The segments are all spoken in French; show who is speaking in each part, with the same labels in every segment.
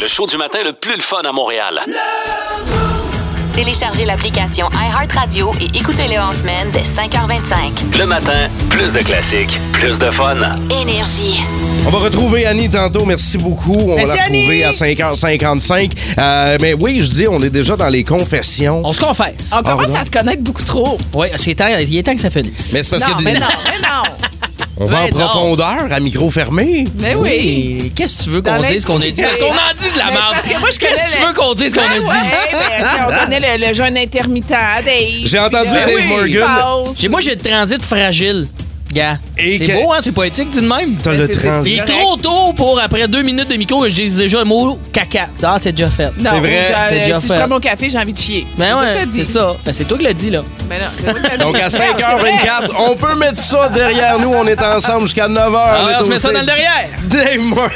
Speaker 1: Le show du matin le plus le fun à Montréal.
Speaker 2: Téléchargez l'application iHeartRadio et écoutez-le en semaine dès 5h25.
Speaker 1: Le matin, plus de classiques, plus de fun.
Speaker 2: Énergie.
Speaker 3: On va retrouver Annie tantôt. Merci beaucoup. On
Speaker 4: Merci,
Speaker 3: l'a retrouvée
Speaker 4: Annie.
Speaker 3: à 5h55. Euh, mais oui, je dis, on est déjà dans les confessions. Ah,
Speaker 4: On se confesse.
Speaker 5: On commence
Speaker 3: Pardon?
Speaker 5: à se connaître beaucoup trop.
Speaker 4: Oui, c'est temps, il est temps que ça finisse.
Speaker 3: Mais c'est parce
Speaker 5: non,
Speaker 3: que
Speaker 5: mais
Speaker 3: des-
Speaker 5: non, mais non.
Speaker 3: on va en
Speaker 4: Ben non.
Speaker 3: profondeur à micro fermé.
Speaker 5: Mais Eh oui.
Speaker 4: Et Qu'est-ce que tu veux
Speaker 5: Dans
Speaker 4: qu'on dise qu'on a dit?
Speaker 5: l'intimité.
Speaker 4: Parce qu'on en dit de la
Speaker 5: Mais c'est
Speaker 4: merde.
Speaker 5: parce que moi, je connais
Speaker 4: Qu'est-ce que tu
Speaker 5: le-
Speaker 4: veux qu'on dise qu'on a
Speaker 5: Ah ouais,
Speaker 4: dit?
Speaker 5: ben, tu sais, on connaît le, le jeûne intermittent. à Dave.
Speaker 3: J'ai entendu
Speaker 5: Ben
Speaker 3: Dave
Speaker 5: oui,
Speaker 3: Morgan.
Speaker 5: il passe.
Speaker 4: J'ai- Moi, j'ai le transit fragile, gars.
Speaker 3: Et
Speaker 4: C'est
Speaker 3: que-
Speaker 4: beau, hein? C'est poétique, dis de même.
Speaker 3: T'as
Speaker 5: Mais
Speaker 3: le
Speaker 5: Ben, c'est- c'est-
Speaker 3: transit.
Speaker 4: Il est
Speaker 5: correct.
Speaker 4: trop tôt pour, après deux minutes de micro, que je dise déjà le mot caca. Ah, c'est déjà fait.
Speaker 5: Non,
Speaker 3: C'est vrai,
Speaker 5: j'ai-
Speaker 4: t'as
Speaker 5: euh,
Speaker 4: déjà
Speaker 5: si
Speaker 4: fait.
Speaker 5: je prends mon café, j'ai envie de chier.
Speaker 4: Ben
Speaker 5: ça que t'as
Speaker 4: ouais,
Speaker 5: dit.
Speaker 4: c'est ça. Ben, c'est toi qui l'as dit, là.
Speaker 3: Ah,
Speaker 5: Ben non, c'est ça que t'as dit.
Speaker 3: Donc à
Speaker 5: Non, c'est vrai.
Speaker 3: 5h24, on peut mettre ça derrière nous. On est ensemble jusqu'à 9h.
Speaker 4: Ah,
Speaker 3: est
Speaker 4: on se
Speaker 3: au
Speaker 4: met ça
Speaker 3: stage.
Speaker 4: dans le derrière.
Speaker 3: Dave Morgan.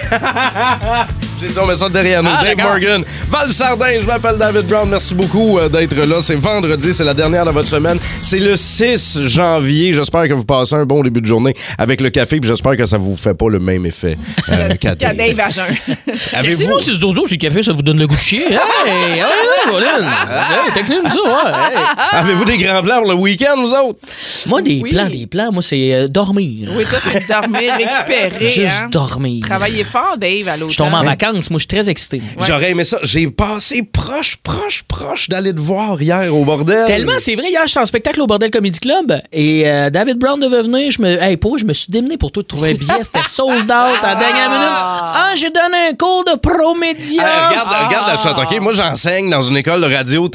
Speaker 3: J'ai dit, on met ça derrière nous.
Speaker 4: Ah,
Speaker 3: Dave
Speaker 4: d'accord.
Speaker 3: Morgan. Val Sardin, je m'appelle David Brown. Merci beaucoup euh, d'être là. C'est vendredi, c'est la dernière de votre semaine. C'est le 6 janvier. J'espère que vous passez un bon début de journée avec le café. Puis j'espère que ça vous fait pas le même effet euh, qu'à
Speaker 5: Il y a
Speaker 3: Dave.
Speaker 5: Dave à jeun.
Speaker 3: Avez-vous-
Speaker 4: Textez-nous si ce dozo, si le café, ça vous donne le goût de chier. Hey, hey, hey, Colin.
Speaker 3: Ah.
Speaker 4: Hey, Textez-nous ça, ouais. hey.
Speaker 3: Avez-vous des grands plans pour le week-end, vous autres?
Speaker 4: Moi, des
Speaker 5: Oui.
Speaker 4: plans, des plans, moi, c'est euh, dormir.
Speaker 5: Oui, toi, c'est de dormir, récupérer.
Speaker 4: Juste
Speaker 5: hein.
Speaker 4: dormir.
Speaker 5: Travailler fort, Dave, à l'automne.
Speaker 4: Je tombe en vacances, moi, je suis très excité.
Speaker 3: J'aurais aimé ça. J'ai passé proche, proche, proche d'aller te voir hier au bordel.
Speaker 4: Tellement, c'est vrai, hier, j'étais en spectacle au Bordel Comedy Club et euh, David Brown devait venir. Je me, hey, pour, je me suis démené pour tout trouver un billet. C'était sold out à la dernière minute. Ah, j'ai donné un cours de promédia.
Speaker 3: Ah, regarde, regarde la shot, OK? Moi, j'enseigne dans une école de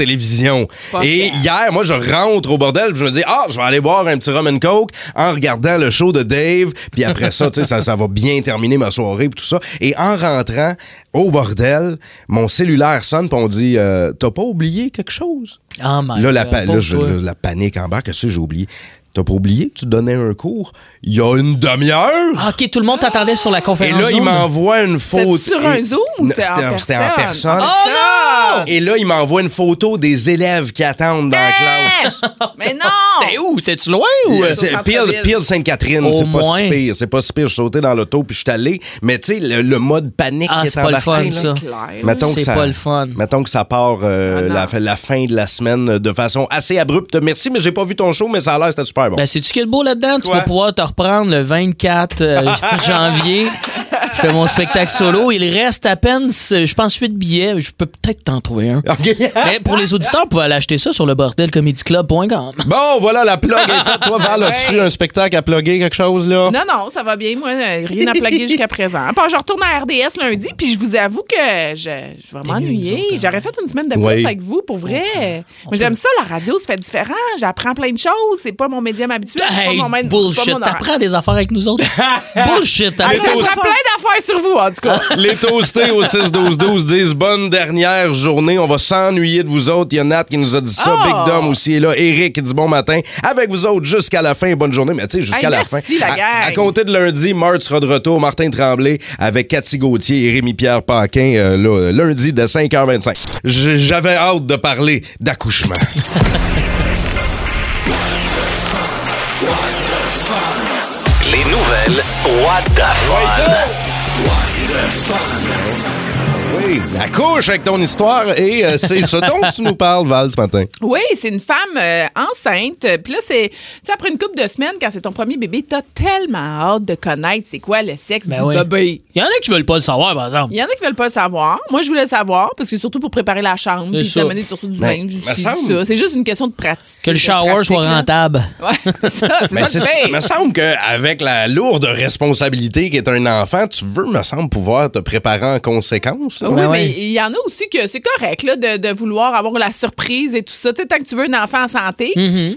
Speaker 3: radio-télévision.
Speaker 5: Pas
Speaker 3: Et
Speaker 5: fier.
Speaker 3: hier, moi, je rentre au bordel, puis je me dis, ah, je vais aller boire un petit rum and coke en regardant le show de Dave. Puis après ça, tu sais, ça, ça va bien terminer ma soirée, puis tout ça. Et en rentrant au bordel, mon cellulaire sonne, puis on dit, euh, t'as pas oublié quelque chose?
Speaker 4: Oh my
Speaker 5: euh,
Speaker 3: là, la,
Speaker 4: God,
Speaker 3: pa- là,
Speaker 4: pauvre
Speaker 3: je-
Speaker 4: toi.
Speaker 3: là, la panique en bas, qu'est-ce que j'ai oublié? T'as pas oublié que tu donnais un cours il y a une demi-heure?
Speaker 4: Ah, OK, tout le monde t'attendait sur la
Speaker 5: Ah,
Speaker 3: Et
Speaker 4: conférence.
Speaker 3: là, il
Speaker 4: Zoom.
Speaker 3: m'envoie une photo.
Speaker 5: sur un Zoom ou
Speaker 3: Non,
Speaker 5: c'était en
Speaker 3: C'était en
Speaker 5: personne?
Speaker 3: personne.
Speaker 4: Oh non!
Speaker 3: Et là, il m'envoie une photo des élèves qui attendent dans la classe.
Speaker 5: Mais non!
Speaker 4: C'était où? C'était-tu loin ou.
Speaker 3: Ouais,
Speaker 5: Au
Speaker 3: c'est
Speaker 5: centre-ville.
Speaker 3: Peel, Peel Sainte-Catherine,
Speaker 4: Au
Speaker 3: c'est pas
Speaker 4: moins.
Speaker 3: si pire. C'est pas si pire. Je sautais dans l'auto puis je suis allé. Mais tu sais, le, le mode panique
Speaker 4: Ah,
Speaker 3: qui est
Speaker 4: c'est pas le
Speaker 3: embarqué.
Speaker 4: fun,
Speaker 3: là.
Speaker 4: ça.
Speaker 5: Clair.
Speaker 3: Mettons que
Speaker 4: C'est
Speaker 3: ça-
Speaker 4: pas le fun.
Speaker 3: Mettons que ça part euh,
Speaker 5: Ah, non.
Speaker 3: la, fin- la fin de la semaine de façon assez abrupte. Merci, mais j'ai pas vu ton show, mais ça a l'air, c'était super bon.
Speaker 4: Ben, c'est-tu qui est le beau là-dedans? Tu
Speaker 3: Quoi?
Speaker 4: vas pouvoir te reprendre le 24 euh, janvier. Je fais mon spectacle solo. Il reste à peine, euh, je pense, 8 billets. Je peux peut-être t'en trouver un.
Speaker 3: OK.
Speaker 4: Mais pour les auditeurs, vous pouvez aller acheter ça sur le bordelcomedyclub.com.
Speaker 3: Bon, voilà, la plug est faite. Toi, Val, as-tu un spectacle à plugger, quelque chose, là?
Speaker 5: Non, non, ça va bien. Moi, euh, rien à plaguer jusqu'à présent. Puis, je retourne à RDS lundi, puis je vous avoue que je, je vais
Speaker 4: mieux, nous autres,
Speaker 5: m'ennuyer.
Speaker 4: hein.
Speaker 5: J'aurais fait une semaine de plus
Speaker 3: Oui.
Speaker 5: avec vous, pour vrai. Mais j'aime ça, la radio, ça fait différent. J'apprends plein de choses. C'est pas mon médium habituel. c'est
Speaker 4: Hey,
Speaker 5: pas mon main- c'est pas
Speaker 4: bullshit.
Speaker 5: mon horaire.
Speaker 4: T'apprends des affaires avec nous autres. bullshit.
Speaker 5: Ah,
Speaker 4: t'apprends des
Speaker 5: J'apprends
Speaker 4: affaires.
Speaker 5: plein d'affaires sur vous, en tout cas.
Speaker 4: Ah.
Speaker 3: Les toastés au 6-12-12 disent bonne dernière journée. On va s'ennuyer de vous autres. Il y a Nat qui nous a dit ça.
Speaker 5: Oh!
Speaker 3: Big Dom aussi est là. Eric qui dit bon matin. Avec vous autres jusqu'à la fin. Bonne journée. Mais tu sais, jusqu'à
Speaker 5: Hey,
Speaker 3: la fin.
Speaker 5: merci, la gang.
Speaker 3: à, à compter de lundi, Mart sera de retour. Martin Tremblay avec Cathy Gauthier et Rémi-Pierre Paquin. euh, là, lundi de 5h25. J- J'avais hâte de parler d'accouchement.
Speaker 1: Les nouvelles What the Fun.
Speaker 3: Oui, accouche avec ton histoire. Et euh, c'est ce dont tu nous parles, Val, ce matin.
Speaker 5: Oui, c'est une femme euh, enceinte. Puis là, c'est. Tu sais, après une couple de semaines, quand c'est ton premier bébé, t'as tellement hâte de connaître c'est quoi le sexe
Speaker 4: Ben
Speaker 5: du
Speaker 4: oui.
Speaker 5: bébé.
Speaker 4: Il y en a qui veulent pas le savoir, par exemple.
Speaker 5: Il y en a qui veulent pas le savoir. Moi, je voulais le savoir parce que surtout pour préparer la chambre,
Speaker 4: C'est
Speaker 5: puis
Speaker 4: ça.
Speaker 5: t'amener sur ça du
Speaker 3: Mais,
Speaker 5: linge.
Speaker 3: me
Speaker 5: c'est
Speaker 3: semble-
Speaker 5: ça. C'est juste une question de pratique.
Speaker 4: Que le
Speaker 5: de
Speaker 4: shower
Speaker 5: pratique,
Speaker 4: soit
Speaker 5: là.
Speaker 4: rentable.
Speaker 5: Ouais, c'est ça, c'est
Speaker 3: Mais Ben,
Speaker 5: ça ben,
Speaker 3: c'est
Speaker 5: le
Speaker 3: ça.
Speaker 5: fait.
Speaker 3: me semble qu'avec la lourde responsabilité qu'est un enfant, tu veux, me semble, pouvoir te préparer en conséquence. là.
Speaker 5: Oui,
Speaker 4: Ben
Speaker 5: mais
Speaker 4: ouais.
Speaker 5: il y en a aussi que c'est correct là, de, de vouloir avoir la surprise et tout ça. Tu sais, tant que tu veux un enfant en santé,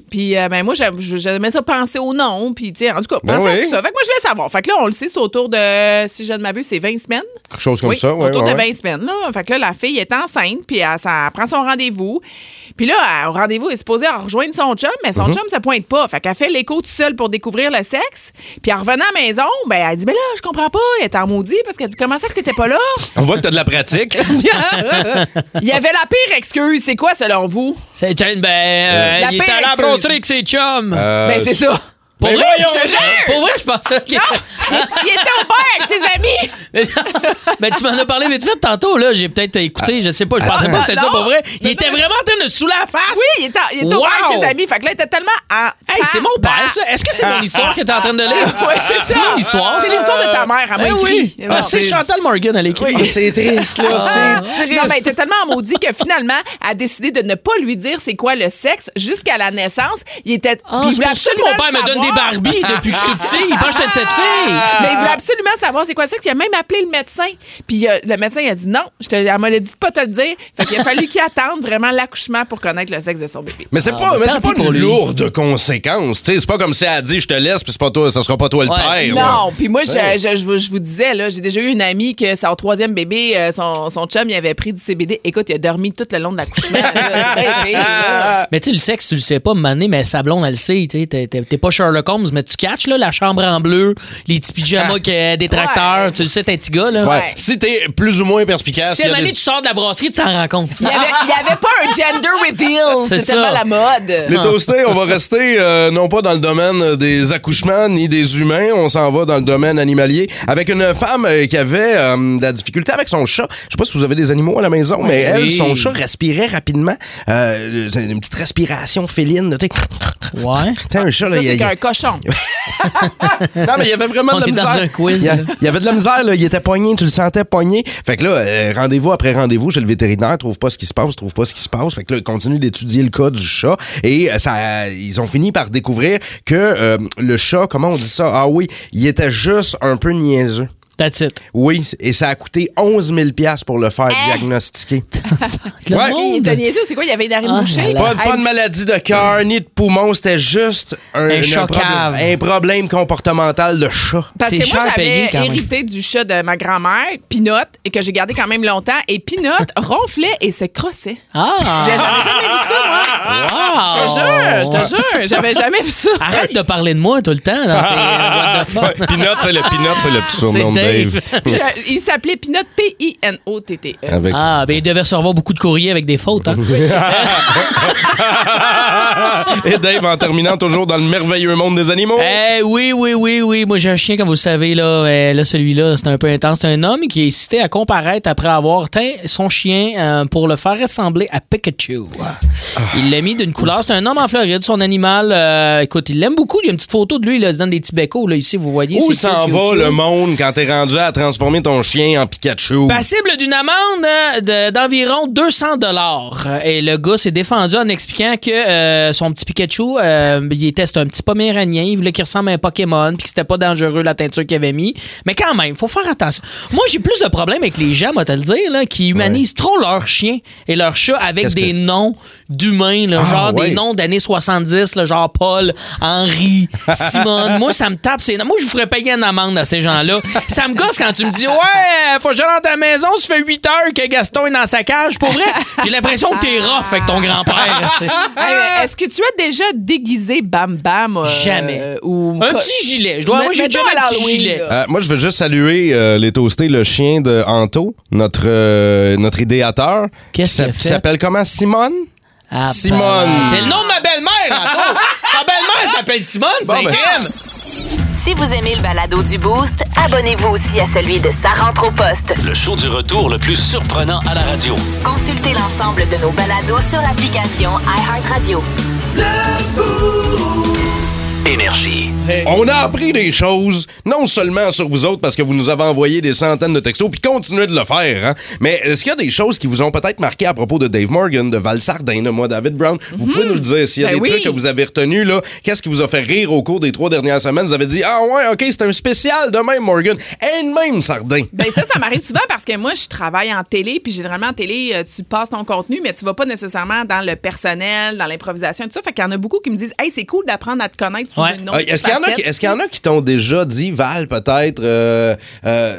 Speaker 5: puis euh, ben, moi, j'aime- j'aimais ça penser au nom, puis tu sais, en tout cas,
Speaker 3: Ben
Speaker 5: penser
Speaker 3: oui.
Speaker 5: à tout ça. Fait que moi, je voulais savoir. Fait que là, on le sait, c'est autour de, si je ne m'abuse, c'est 20 semaines.
Speaker 3: Quelque chose comme
Speaker 5: oui,
Speaker 3: ça. Ouais,
Speaker 5: autour
Speaker 3: ouais,
Speaker 5: de
Speaker 3: ouais.
Speaker 5: 20 semaines. Là. Fait que là, la fille est enceinte, puis elle, ça, elle prend son rendez-vous. Puis là, elle- au rendez-vous, elle est supposée en rejoindre son chum, mais
Speaker 4: Mhm.
Speaker 5: son chum, ça pointe pas. Fait qu'elle fait l'écho toute seule pour découvrir le sexe. Puis en revenant à la maison, ben, elle dit, ben là, je comprends pas, elle est en maudit, parce qu'elle dit, comment ça que t'étais pas là?
Speaker 3: On voit que tu as de la pratique.
Speaker 5: Il y avait la pire excuse. C'est quoi, selon vous?
Speaker 4: C'est ben, euh,
Speaker 5: La
Speaker 4: il est
Speaker 5: pire
Speaker 4: allé à la
Speaker 5: excuse.
Speaker 4: brosserie avec ses chums.
Speaker 3: Euh,
Speaker 5: ben, c'est ça.
Speaker 4: Pour
Speaker 3: Mais
Speaker 4: vrai,
Speaker 3: voyons!
Speaker 4: je te jure! Pour vrai, je pensais que.
Speaker 5: Il était au bar avec ses amis.
Speaker 4: Mais mais Ben, tu m'en as parlé vite vite tantôt, là. J'ai peut-être écouté, je sais pas, je pensais
Speaker 3: attends.
Speaker 4: pas que c'était ça
Speaker 5: Ah, Non.
Speaker 4: pour vrai. Il
Speaker 5: Non,
Speaker 4: était
Speaker 5: non.
Speaker 4: vraiment en train de saouler la face.
Speaker 5: Oui, Ah, il était, il était au bar avec
Speaker 4: Wow!
Speaker 5: ses amis. Fait que là, il était tellement en.
Speaker 4: Hey, c'est mon
Speaker 5: tabarnak.
Speaker 4: père, ça. Est-ce que c'est mon histoire que t'es en train de lire?
Speaker 5: bah! Ah, Ouais, c'est ça.
Speaker 4: mon histoire,
Speaker 5: C'est
Speaker 4: ça.
Speaker 5: l'histoire de ta mère, à
Speaker 4: Eh
Speaker 5: moi.
Speaker 4: oui.
Speaker 5: écrit.
Speaker 4: Ah, c'est Chantal Morgan à l'équipe.
Speaker 3: Ah, c'est triste, là.
Speaker 5: Ah.
Speaker 3: C'est triste.
Speaker 5: Non, mais elle était tellement maudit que finalement, elle a décidé de ne pas lui dire c'est quoi le sexe jusqu'à la naissance. Il était.
Speaker 4: Ah,
Speaker 5: puis il
Speaker 4: c'est
Speaker 5: voulait
Speaker 4: pour ça que mon
Speaker 5: absolument
Speaker 4: père me
Speaker 5: le
Speaker 4: donne des
Speaker 5: savoir.
Speaker 4: Barbies depuis que je suis tout petit. Il pense que j'étais une petite fille.
Speaker 5: Mais il voulait absolument savoir c'est quoi le sexe. Il a même appelé le médecin. Puis euh, le médecin, il a dit non, je te, elle m'a dit de pas te le dire. Fait qu'il a fallu qu'il attende vraiment l'accouchement pour connaître le sexe de son bébé.
Speaker 3: Mais c'est
Speaker 4: Ah,
Speaker 3: pas,
Speaker 4: ben,
Speaker 3: mais
Speaker 4: tant
Speaker 3: c'est pas
Speaker 4: pis pour
Speaker 3: une
Speaker 4: lui.
Speaker 3: lourde conséquence. tu sais. C'est pas comme si elle a dit je te laisse, puis c'est pas toi, ça sera pas toi le
Speaker 4: Eh Ouais.
Speaker 3: père. là.
Speaker 5: Non, puis moi, je,
Speaker 3: Ouais.
Speaker 5: je- je vous- je vous disais, là, j'ai déjà eu une amie que son troisième bébé, euh, son, son chum, il avait pris du CBD. Écoute, il a dormi tout le long de l'accouchement. là. C'est bien pire, là.
Speaker 4: Ah, Mais tu sais, le sexe, tu le sais pas, mané, mais sa blonde, elle le sait. tu sais. T'es t'es- t'es pas Sherlock Holmes, mais tu catches là, la chambre en bleu, les petits pyjamas que- euh, des tracteurs.
Speaker 5: Ah. Ouais.
Speaker 4: Tu le sais, t'es un petit gars. Là.
Speaker 3: Ouais.
Speaker 5: Ouais.
Speaker 3: Si t'es plus ou moins perspicace,
Speaker 4: Si
Speaker 3: il y a
Speaker 4: mané,
Speaker 3: des-
Speaker 4: tu sors de la brasserie, tu t'en rends compte.
Speaker 5: Il n'y avait, il y avait pas un gender reveal.
Speaker 4: C'est
Speaker 5: C'est
Speaker 4: ça.
Speaker 5: tellement la mode.
Speaker 3: Les toastés, on va rester euh, non pas dans le domaine des accouchements ni des humains, on s'en va dans le domaine animalier avec une femme euh, qui avait euh, de la difficulté avec son chat. Je sais pas si vous avez des animaux à la maison, mais elle,
Speaker 4: Oui.
Speaker 3: son chat respirait rapidement, euh, c'est une petite respiration féline, tu sais.
Speaker 4: Ouais.
Speaker 3: T'as un chat là,
Speaker 5: Ça,
Speaker 3: il,
Speaker 5: c'est
Speaker 3: il-
Speaker 5: qu'un cochon.
Speaker 3: non mais il y avait vraiment de
Speaker 4: On
Speaker 3: la
Speaker 4: est dans
Speaker 3: misère.
Speaker 4: un quiz,
Speaker 3: il, y a-
Speaker 4: là.
Speaker 3: il y avait de la misère là, il était poigné, tu le sentais poigné. Fait que là, euh, rendez-vous après rendez-vous chez le vétérinaire, trouve pas ce qui se passe, trouve pas ce qui se passe. Fait que là, il continue d'étudier le cas du chat et euh, ça, euh, ils ont fini par découvrir que euh, le chat, comment on dit ça Ah oui, il était juste un peu niaiseux.
Speaker 4: That's it.
Speaker 3: Oui, et ça a coûté 11 000 pour le faire diagnostiquer.
Speaker 4: Le
Speaker 3: Ouais.
Speaker 5: Il
Speaker 4: monde.
Speaker 5: était niaiseux, c'est quoi? Il y avait une narine
Speaker 4: Ah,
Speaker 5: bouchée.
Speaker 4: là,
Speaker 3: Pas, pas de maladie de cœur ni de poumon, c'était juste un,
Speaker 4: Un
Speaker 3: un
Speaker 4: chat cave.
Speaker 3: problème, un problème comportemental de chat.
Speaker 5: Parce
Speaker 4: C'est
Speaker 5: que moi,
Speaker 4: cher à payer,
Speaker 5: j'avais
Speaker 4: quand même.
Speaker 5: hérité du chat de ma grand-mère, Pinotte, et que j'ai gardé quand même longtemps. Et Pinotte ronflait et se crossait.
Speaker 4: Ah!
Speaker 5: J'ai- J'avais jamais vu ça, moi.
Speaker 4: Wow!
Speaker 5: Je te jure, je te
Speaker 4: Ah.
Speaker 5: jure, j'avais jamais vu ça.
Speaker 4: Arrête de parler de moi tout le temps.
Speaker 3: Ah,
Speaker 4: euh, Dans tes... What the fuck?
Speaker 3: Pinot, c'est le Pinot, c'est le
Speaker 4: surnom de Dave. Dave.
Speaker 5: Je- il s'appelait Pinotte, P-I-N-O-T-T-E.
Speaker 3: Avec...
Speaker 4: Ah, ben il devait recevoir beaucoup de courriers avec des fautes. Hein?
Speaker 3: Ah, Et Dave, en terminant toujours dans le merveilleux monde des animaux.
Speaker 4: Eh oui, oui, oui, oui. Moi, j'ai un chien, comme vous le savez, là. Eh, là, celui-là, c'est un peu intense. C'est un homme qui est cité à comparaître après avoir teint son chien euh, pour le faire ressembler à Pikachu. Il l'a mis d'une couleur. C'est un homme en Floride. Son animal, euh, écoute, il l'aime beaucoup. Il y a une petite photo de lui, là. Il se donne des petits becos, là, ici, vous voyez.
Speaker 3: Où
Speaker 4: c'est
Speaker 3: s'en
Speaker 4: cute,
Speaker 3: va
Speaker 4: cute,
Speaker 3: le
Speaker 4: cute.
Speaker 3: monde quand t'es rendu à transformer ton chien en Pikachu?
Speaker 4: Passible Bah, d'une amende euh, de- d'environ 200 dollars. Et le gars s'est défendu en expliquant que euh, son petit Pikachu, euh, il était c'était un petit poméranien, il voulait qu'il ressemble à un Pokémon, puis que c'était pas dangereux la teinture qu'il avait mis. Mais quand même, faut faire attention. Moi, j'ai plus de problèmes avec les gens, moi te le dire, là, qui humanisent trop leurs chiens et leurs chats avec
Speaker 3: Qu'est-ce
Speaker 4: des
Speaker 3: que-
Speaker 4: noms d'humains, là,
Speaker 3: Ah,
Speaker 4: genre
Speaker 3: ouais.
Speaker 4: des noms d'années 70, là, genre Paul, Henri, Simone. moi, ça me tape. ces noms. Moi, je vous ferais payer une amende à ces gens-là. Ça me gosse quand tu me dis Ouais, faut que j'aille dans ta maison, ça fait 8 heures que Gaston est dans sa cage. Pour vrai, j'ai l'impression que t'es rough avec ton grand-père. c'est-
Speaker 5: Hey, mais Est-ce que tu as déjà déguisé Bam Bam? euh,
Speaker 4: Jamais.
Speaker 5: ou
Speaker 4: Un petit gilet. Je dois
Speaker 5: Mais-
Speaker 4: avouer, j'ai
Speaker 5: mettons
Speaker 4: déjà
Speaker 5: à
Speaker 4: un petit
Speaker 5: l'Halloween,
Speaker 4: gilet.
Speaker 5: là.
Speaker 3: Euh, moi, je veux juste saluer euh, les toastés, le chien de Anto, notre, euh, notre idéateur.
Speaker 4: Qu'est-ce
Speaker 3: Ça-
Speaker 4: qu'il a fait?
Speaker 3: qui s'appelle comment? Simone?
Speaker 4: Ah, ben,
Speaker 3: Simone.
Speaker 4: C'est le nom de ma belle-mère, encore. Ma belle-mère s'appelle Simone, c'est
Speaker 3: ben.
Speaker 4: crème.
Speaker 2: Si vous aimez le balado du Boost, abonnez-vous aussi à celui de Sa rentre au poste.
Speaker 1: Le show du retour le plus surprenant à la radio.
Speaker 2: Consultez l'ensemble de nos balados sur l'application iHeartRadio.
Speaker 1: Énergie.
Speaker 3: On a appris des choses, non seulement sur vous autres, parce que vous nous avez envoyé des centaines de textos, puis continuez de le faire, hein, mais est-ce qu'il y a des choses qui vous ont peut-être marqué à propos de Dave Morgan, de Val Sardin, de moi, David Brown? Vous pouvez nous le dire. S'il y a
Speaker 5: Ben
Speaker 3: des
Speaker 5: oui.
Speaker 3: trucs que vous avez retenus, là, qu'est-ce qui vous a fait rire au cours des trois dernières semaines? Vous avez dit, ah ouais, OK, c'est un spécial de même, Morgan. Et de même, Sardin.
Speaker 5: Ben ça, ça m'arrive souvent parce que moi, je travaille en télé, puis généralement en télé, euh, tu passes ton contenu, mais tu vas pas nécessairement dans le personnel, dans l'improvisation, et tout ça. Fait qu'il y en a beaucoup qui me disent, hey, c'est cool d'apprendre à te connaître. sous
Speaker 4: Ouais.
Speaker 5: une autre
Speaker 3: Euh, Est-ce qu'il y en a,
Speaker 5: facette.
Speaker 3: qui- est-ce qu'il y en a qui t'ont déjà dit, Val, peut-être, euh, euh,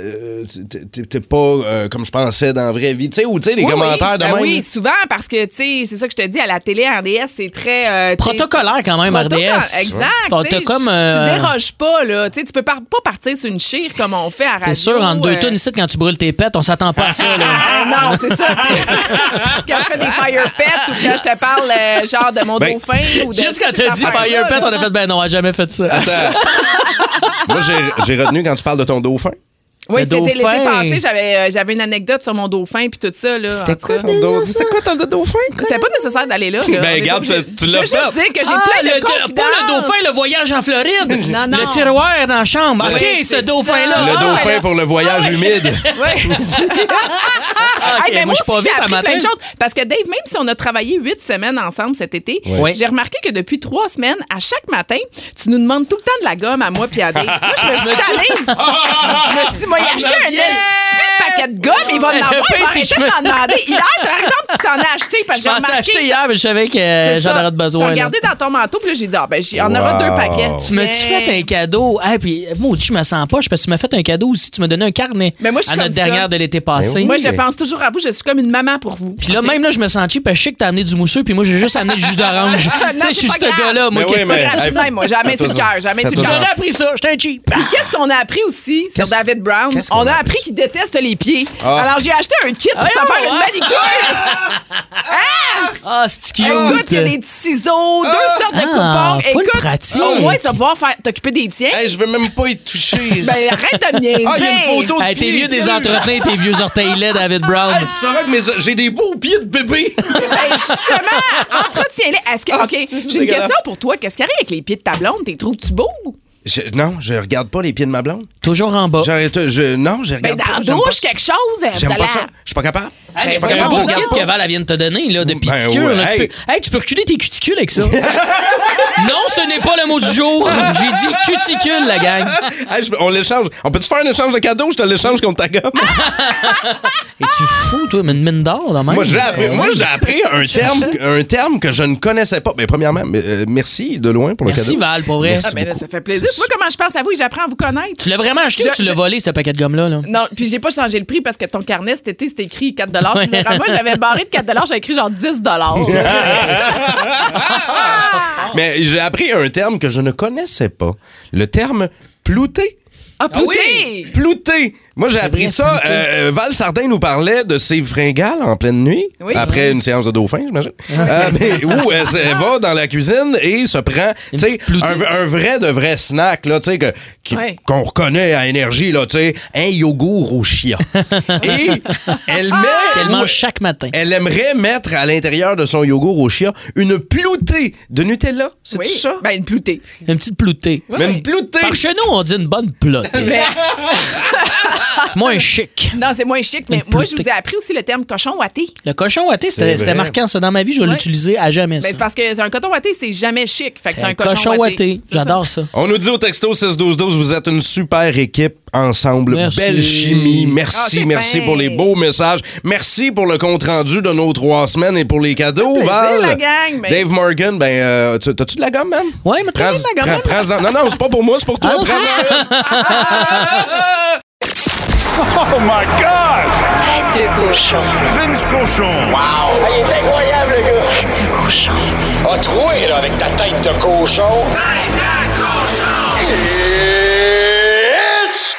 Speaker 3: t'es- t'es- t'es pas euh, comme je pensais dans la vraie vie, tu sais, ou tu sais, des
Speaker 5: Oui,
Speaker 3: commentaires
Speaker 5: oui.
Speaker 3: de
Speaker 5: Ben
Speaker 3: même?
Speaker 5: Oui, souvent, parce que, tu sais, c'est ça que je te dis, à la télé, à RDS, c'est très. euh, t'es-
Speaker 4: Protocolaire, quand même,
Speaker 5: Protocole,
Speaker 4: RDS.
Speaker 5: Exact.
Speaker 4: T'as-
Speaker 5: tu
Speaker 4: t'as
Speaker 5: sais,
Speaker 4: comme,
Speaker 5: tu-
Speaker 4: euh,
Speaker 5: Tu déroges pas, là. Tu sais, tu peux par- pas partir sur une chire comme on fait à radio.
Speaker 4: T'es sûr, entre deux
Speaker 5: euh,
Speaker 4: tonnes ici, quand tu brûles tes pets, on s'attend pas à ça, là.
Speaker 5: Ah, non, c'est ça. quand je fais des fire pets ou quand je te parle euh, genre de mon
Speaker 3: Ben,
Speaker 5: dauphin ou de.
Speaker 4: Juste quand
Speaker 5: tu sais,
Speaker 4: t'as dit
Speaker 5: cette affaire-là,
Speaker 4: Firepet,
Speaker 5: là.
Speaker 4: on a fait ben non, elle a jamais fait ça.
Speaker 3: Attends. Moi, j'ai- j'ai retenu quand tu parles de ton dauphin.
Speaker 5: Oui,
Speaker 4: Le
Speaker 5: c'était l'été
Speaker 4: dauphin.
Speaker 5: passé, j'avais euh, j'avais une anecdote sur mon dauphin puis tout ça. là.
Speaker 4: C'était
Speaker 5: En tout
Speaker 4: quoi
Speaker 5: cas,
Speaker 3: Ton dau- C'est quoi ton dauphin?
Speaker 5: C'était pas nécessaire d'aller là. là. On est pas
Speaker 3: Ben, regarde,
Speaker 5: obligé.
Speaker 3: tu- tu l'as
Speaker 5: Je veux juste
Speaker 3: fait.
Speaker 5: dire que j'ai
Speaker 4: Ah,
Speaker 5: plein de
Speaker 4: le- Pas le
Speaker 5: confidences.
Speaker 4: dauphin, le voyage en Floride.
Speaker 5: Non, non.
Speaker 4: Le tiroir dans la chambre. OK,
Speaker 5: Oui,
Speaker 4: ce
Speaker 5: c'est
Speaker 4: dauphin-là.
Speaker 5: ça.
Speaker 3: Le
Speaker 5: Ah,
Speaker 3: dauphin
Speaker 5: ouais.
Speaker 3: pour le voyage humide.
Speaker 5: Ouais.
Speaker 4: Ah, OK,
Speaker 5: Hey, mais moi,
Speaker 4: je suis
Speaker 5: aussi, j'ai
Speaker 4: vite à
Speaker 5: appris
Speaker 4: matin.
Speaker 5: plein de choses. Parce que Dave, même si on a travaillé huit semaines ensemble cet été,
Speaker 4: Ouais.
Speaker 5: j'ai remarqué que depuis trois semaines, à chaque matin, tu nous demandes tout le temps de la gomme à moi puis à Dave. Moi, je me suis tannée. je me suis dit, moi, il
Speaker 4: Ah,
Speaker 5: a acheté un esti de paquet de gomme, il va en
Speaker 4: Le
Speaker 5: avoir, il
Speaker 4: pire,
Speaker 5: va
Speaker 4: c'est
Speaker 5: arrêter
Speaker 4: que je
Speaker 5: de
Speaker 4: me-
Speaker 5: m'en demander. Hier, par exemple, tu t'en as acheté parce
Speaker 4: Je
Speaker 5: que j'ai
Speaker 4: pensais
Speaker 5: remarqué...
Speaker 4: acheter hier, mais je savais que euh,
Speaker 5: C'est
Speaker 4: j'en
Speaker 5: ça.
Speaker 4: aurais besoin.
Speaker 5: T'as
Speaker 4: là.
Speaker 5: regardé dans ton manteau, puis là, j'ai dit, ah, ben, j'y en aura
Speaker 3: Wow.
Speaker 5: deux paquets.
Speaker 4: Tu m'as-tu fait un cadeau? Hey, puis, maudit, je me sens pas. parce que tu m'as fait un cadeau aussi. Tu m'as donné un carnet
Speaker 5: Mais moi, je suis
Speaker 4: à notre
Speaker 5: comme ça.
Speaker 4: dernière de l'été passé.
Speaker 3: Mais oui.
Speaker 5: Moi, je
Speaker 3: mais-
Speaker 5: pense toujours à vous, je suis comme une maman pour vous.
Speaker 4: Puis là, même là, je me sens cheap parce que je sais que t'as amené du mousseux, puis moi, j'ai juste amené du jus d'orange. tu sais, je suis
Speaker 5: Ah, c'est pas
Speaker 4: ce
Speaker 5: grave.
Speaker 4: gars-là, moi,
Speaker 3: Mais
Speaker 4: qui
Speaker 3: oui,
Speaker 5: C'est pas
Speaker 3: mais-
Speaker 5: grave, je suis
Speaker 3: Hey,
Speaker 5: de même, moi, jamais sur le
Speaker 3: fais-toi
Speaker 5: cœur, jamais
Speaker 3: ça.
Speaker 5: sur le
Speaker 3: Fais-toi
Speaker 5: cœur.
Speaker 4: J'aurais appris ça, j'étais un cheap.
Speaker 5: Puis qu'est-ce qu'on a appris aussi sur David Brown?
Speaker 3: qu'est-ce qu'on
Speaker 5: On
Speaker 3: a
Speaker 5: a
Speaker 3: appris?
Speaker 5: appris qu'il déteste les pieds.
Speaker 3: Ah.
Speaker 5: Alors, j'ai acheté un kit pour se faire
Speaker 4: hein.
Speaker 5: une manicure.
Speaker 4: Ah, c'est cute.
Speaker 5: Écoute, il y a des petits ciseaux, deux sortes de
Speaker 4: Ah,
Speaker 5: coupons.
Speaker 4: full
Speaker 5: Écoute,
Speaker 4: pratique.
Speaker 5: au moins, tu vas pouvoir faire- t'occuper des tiens.
Speaker 3: Hey, je veux même pas y toucher.
Speaker 5: Ben, arrête de me niaiser.
Speaker 3: ah, il y a une photo de
Speaker 4: Hey, t'es
Speaker 3: pied
Speaker 4: mieux des
Speaker 3: dessus.
Speaker 4: entretenir tes vieux orteils là, David Brown.
Speaker 3: Hey, tu sauras que mes- j'ai des beaux pieds de bébé.
Speaker 5: Ben, justement, entretiens-les. Est-ce que.
Speaker 3: Ah, c'est
Speaker 5: OK, j'ai une
Speaker 3: dégueulasse.
Speaker 5: question pour toi. Qu'est-ce qui arrive avec les pieds de ta blonde? T'es trop tu beau?
Speaker 3: Je- non, je regarde pas les pieds de ma blonde.
Speaker 4: Toujours en bas.
Speaker 3: J'arrête- je- non, je
Speaker 5: Oh. Ben,
Speaker 3: regarde
Speaker 5: dans
Speaker 3: pas.
Speaker 5: la
Speaker 3: j'aime
Speaker 5: douche, quelque chose.
Speaker 3: pas,
Speaker 5: vous
Speaker 3: j'aime pas
Speaker 5: allez-
Speaker 3: ça. Je suis pas capable.
Speaker 4: Hey,
Speaker 3: je
Speaker 4: mais
Speaker 3: suis pas
Speaker 4: c'est un
Speaker 3: capable.
Speaker 4: beau
Speaker 3: Je regarde
Speaker 4: kit que Val elle vient de te donner, là, de
Speaker 3: Ben
Speaker 4: piticule.
Speaker 3: ouais,
Speaker 4: là, tu,
Speaker 3: hey.
Speaker 4: peux, hey, tu peux reculer tes cuticules avec ça. non, ce n'est pas le mot du jour. J'ai dit cuticule, la gang.
Speaker 3: Hey, je- on l'échange. On peut-tu faire un échange de cadeaux? Je te l'échange contre ta gomme.
Speaker 5: Ah
Speaker 4: Et tu fous, toi, mais une mine d'or, là, même.
Speaker 3: Moi, j'ai appris,
Speaker 5: Ben
Speaker 4: Euh,
Speaker 3: moi,
Speaker 4: ouais.
Speaker 3: j'ai appris un, terme, un terme que je ne connaissais pas. Mais premièrement, mais, euh, merci de loin pour le
Speaker 4: Merci,
Speaker 3: cadeau.
Speaker 4: Val, pour vrai.
Speaker 3: Merci
Speaker 5: Ah, ben là, ça fait plaisir. Tu vois comment je pense à vous et j'apprends à vous connaître.
Speaker 4: Tu l'as vraiment acheté ou
Speaker 5: Je-
Speaker 4: tu l'as
Speaker 5: je-
Speaker 4: volé, ce paquet de gomme-là? Là?
Speaker 5: Non, puis j'ai pas changé le prix parce que ton carnet cet été, c'était écrit 4 Je me rappelle, Moi, j'avais barré de 4 j'avais écrit genre Ah, 10
Speaker 3: Mais j'ai appris un terme que je ne connaissais pas. Le terme plouté.
Speaker 5: Ah, pouté!
Speaker 3: Plouté. Moi, j'ai appris ça. euh, euh, Val Sardin nous parlait de ses fringales en pleine nuit,
Speaker 5: Oui.
Speaker 3: après une séance de dauphin, j'imagine. Euh, mais où elle, se- elle va dans la cuisine et se prend tu sais,
Speaker 4: petite ploutée.
Speaker 3: un, un vrai de vrai snack là, tu sais, que- qui-
Speaker 5: Ouais.
Speaker 3: qu'on reconnaît à énergie, là, tu sais, un yogourt au chien. et elle
Speaker 5: Ah!
Speaker 3: met...
Speaker 4: Qu'elle
Speaker 3: où-
Speaker 4: mange chaque matin.
Speaker 3: elle aimerait mettre à l'intérieur de son yogourt au chia une ploutée de Nutella. C'est
Speaker 5: Oui.
Speaker 3: ça?
Speaker 5: Ben, une ploutée.
Speaker 4: Une petite ploutée.
Speaker 3: Mais une ploutée!
Speaker 4: Par chez nous, on dit une bonne ploutée.
Speaker 5: Mais-
Speaker 4: C'est moins chic.
Speaker 5: non, c'est moins chic, mais
Speaker 4: Une
Speaker 5: moi, je vous
Speaker 4: ploutée.
Speaker 5: ai appris aussi le terme cochon Ben, watté.
Speaker 4: Le cochon watté,
Speaker 3: C'est
Speaker 4: c'était c'était
Speaker 3: vrai.
Speaker 4: marquant, ça. Dans ma vie, je vais
Speaker 5: Ouais.
Speaker 4: l'utiliser à jamais.
Speaker 5: Ben,
Speaker 4: ça.
Speaker 5: c'est parce que c'est un coton watté, c'est jamais chic. Fait que
Speaker 4: C'est
Speaker 5: t'as un cochon, watté. C'est
Speaker 4: J'adore ça.
Speaker 3: On nous dit au texto 6-12-12, vous êtes une super équipe ensemble.
Speaker 4: Merci.
Speaker 3: Belle chimie.
Speaker 5: Ah,
Speaker 3: Merci,
Speaker 5: c'est
Speaker 3: merci
Speaker 5: fin.
Speaker 3: pour les beaux messages. Merci pour le compte-rendu de nos trois semaines et pour les cadeaux,
Speaker 5: plaisir,
Speaker 3: Val.
Speaker 5: la gang, mais-
Speaker 3: Dave Morgan, ben, euh, tu- t'as-tu de la gomme, man?
Speaker 4: Ouais, mais t'as
Speaker 3: Prends-
Speaker 4: de la gomme,
Speaker 3: prends- prends-en. Non, non, c'est pas pour moi, c'est pour toi.
Speaker 4: Ah, non,
Speaker 3: Prends-en une.
Speaker 6: Tête de cochon.
Speaker 7: Vince Cochon.
Speaker 8: Ah, il est incroyable, le gars!
Speaker 6: Tête de cochon.
Speaker 8: A troué, Ah, là, avec ta tête de cochon. Tête de cochon! It's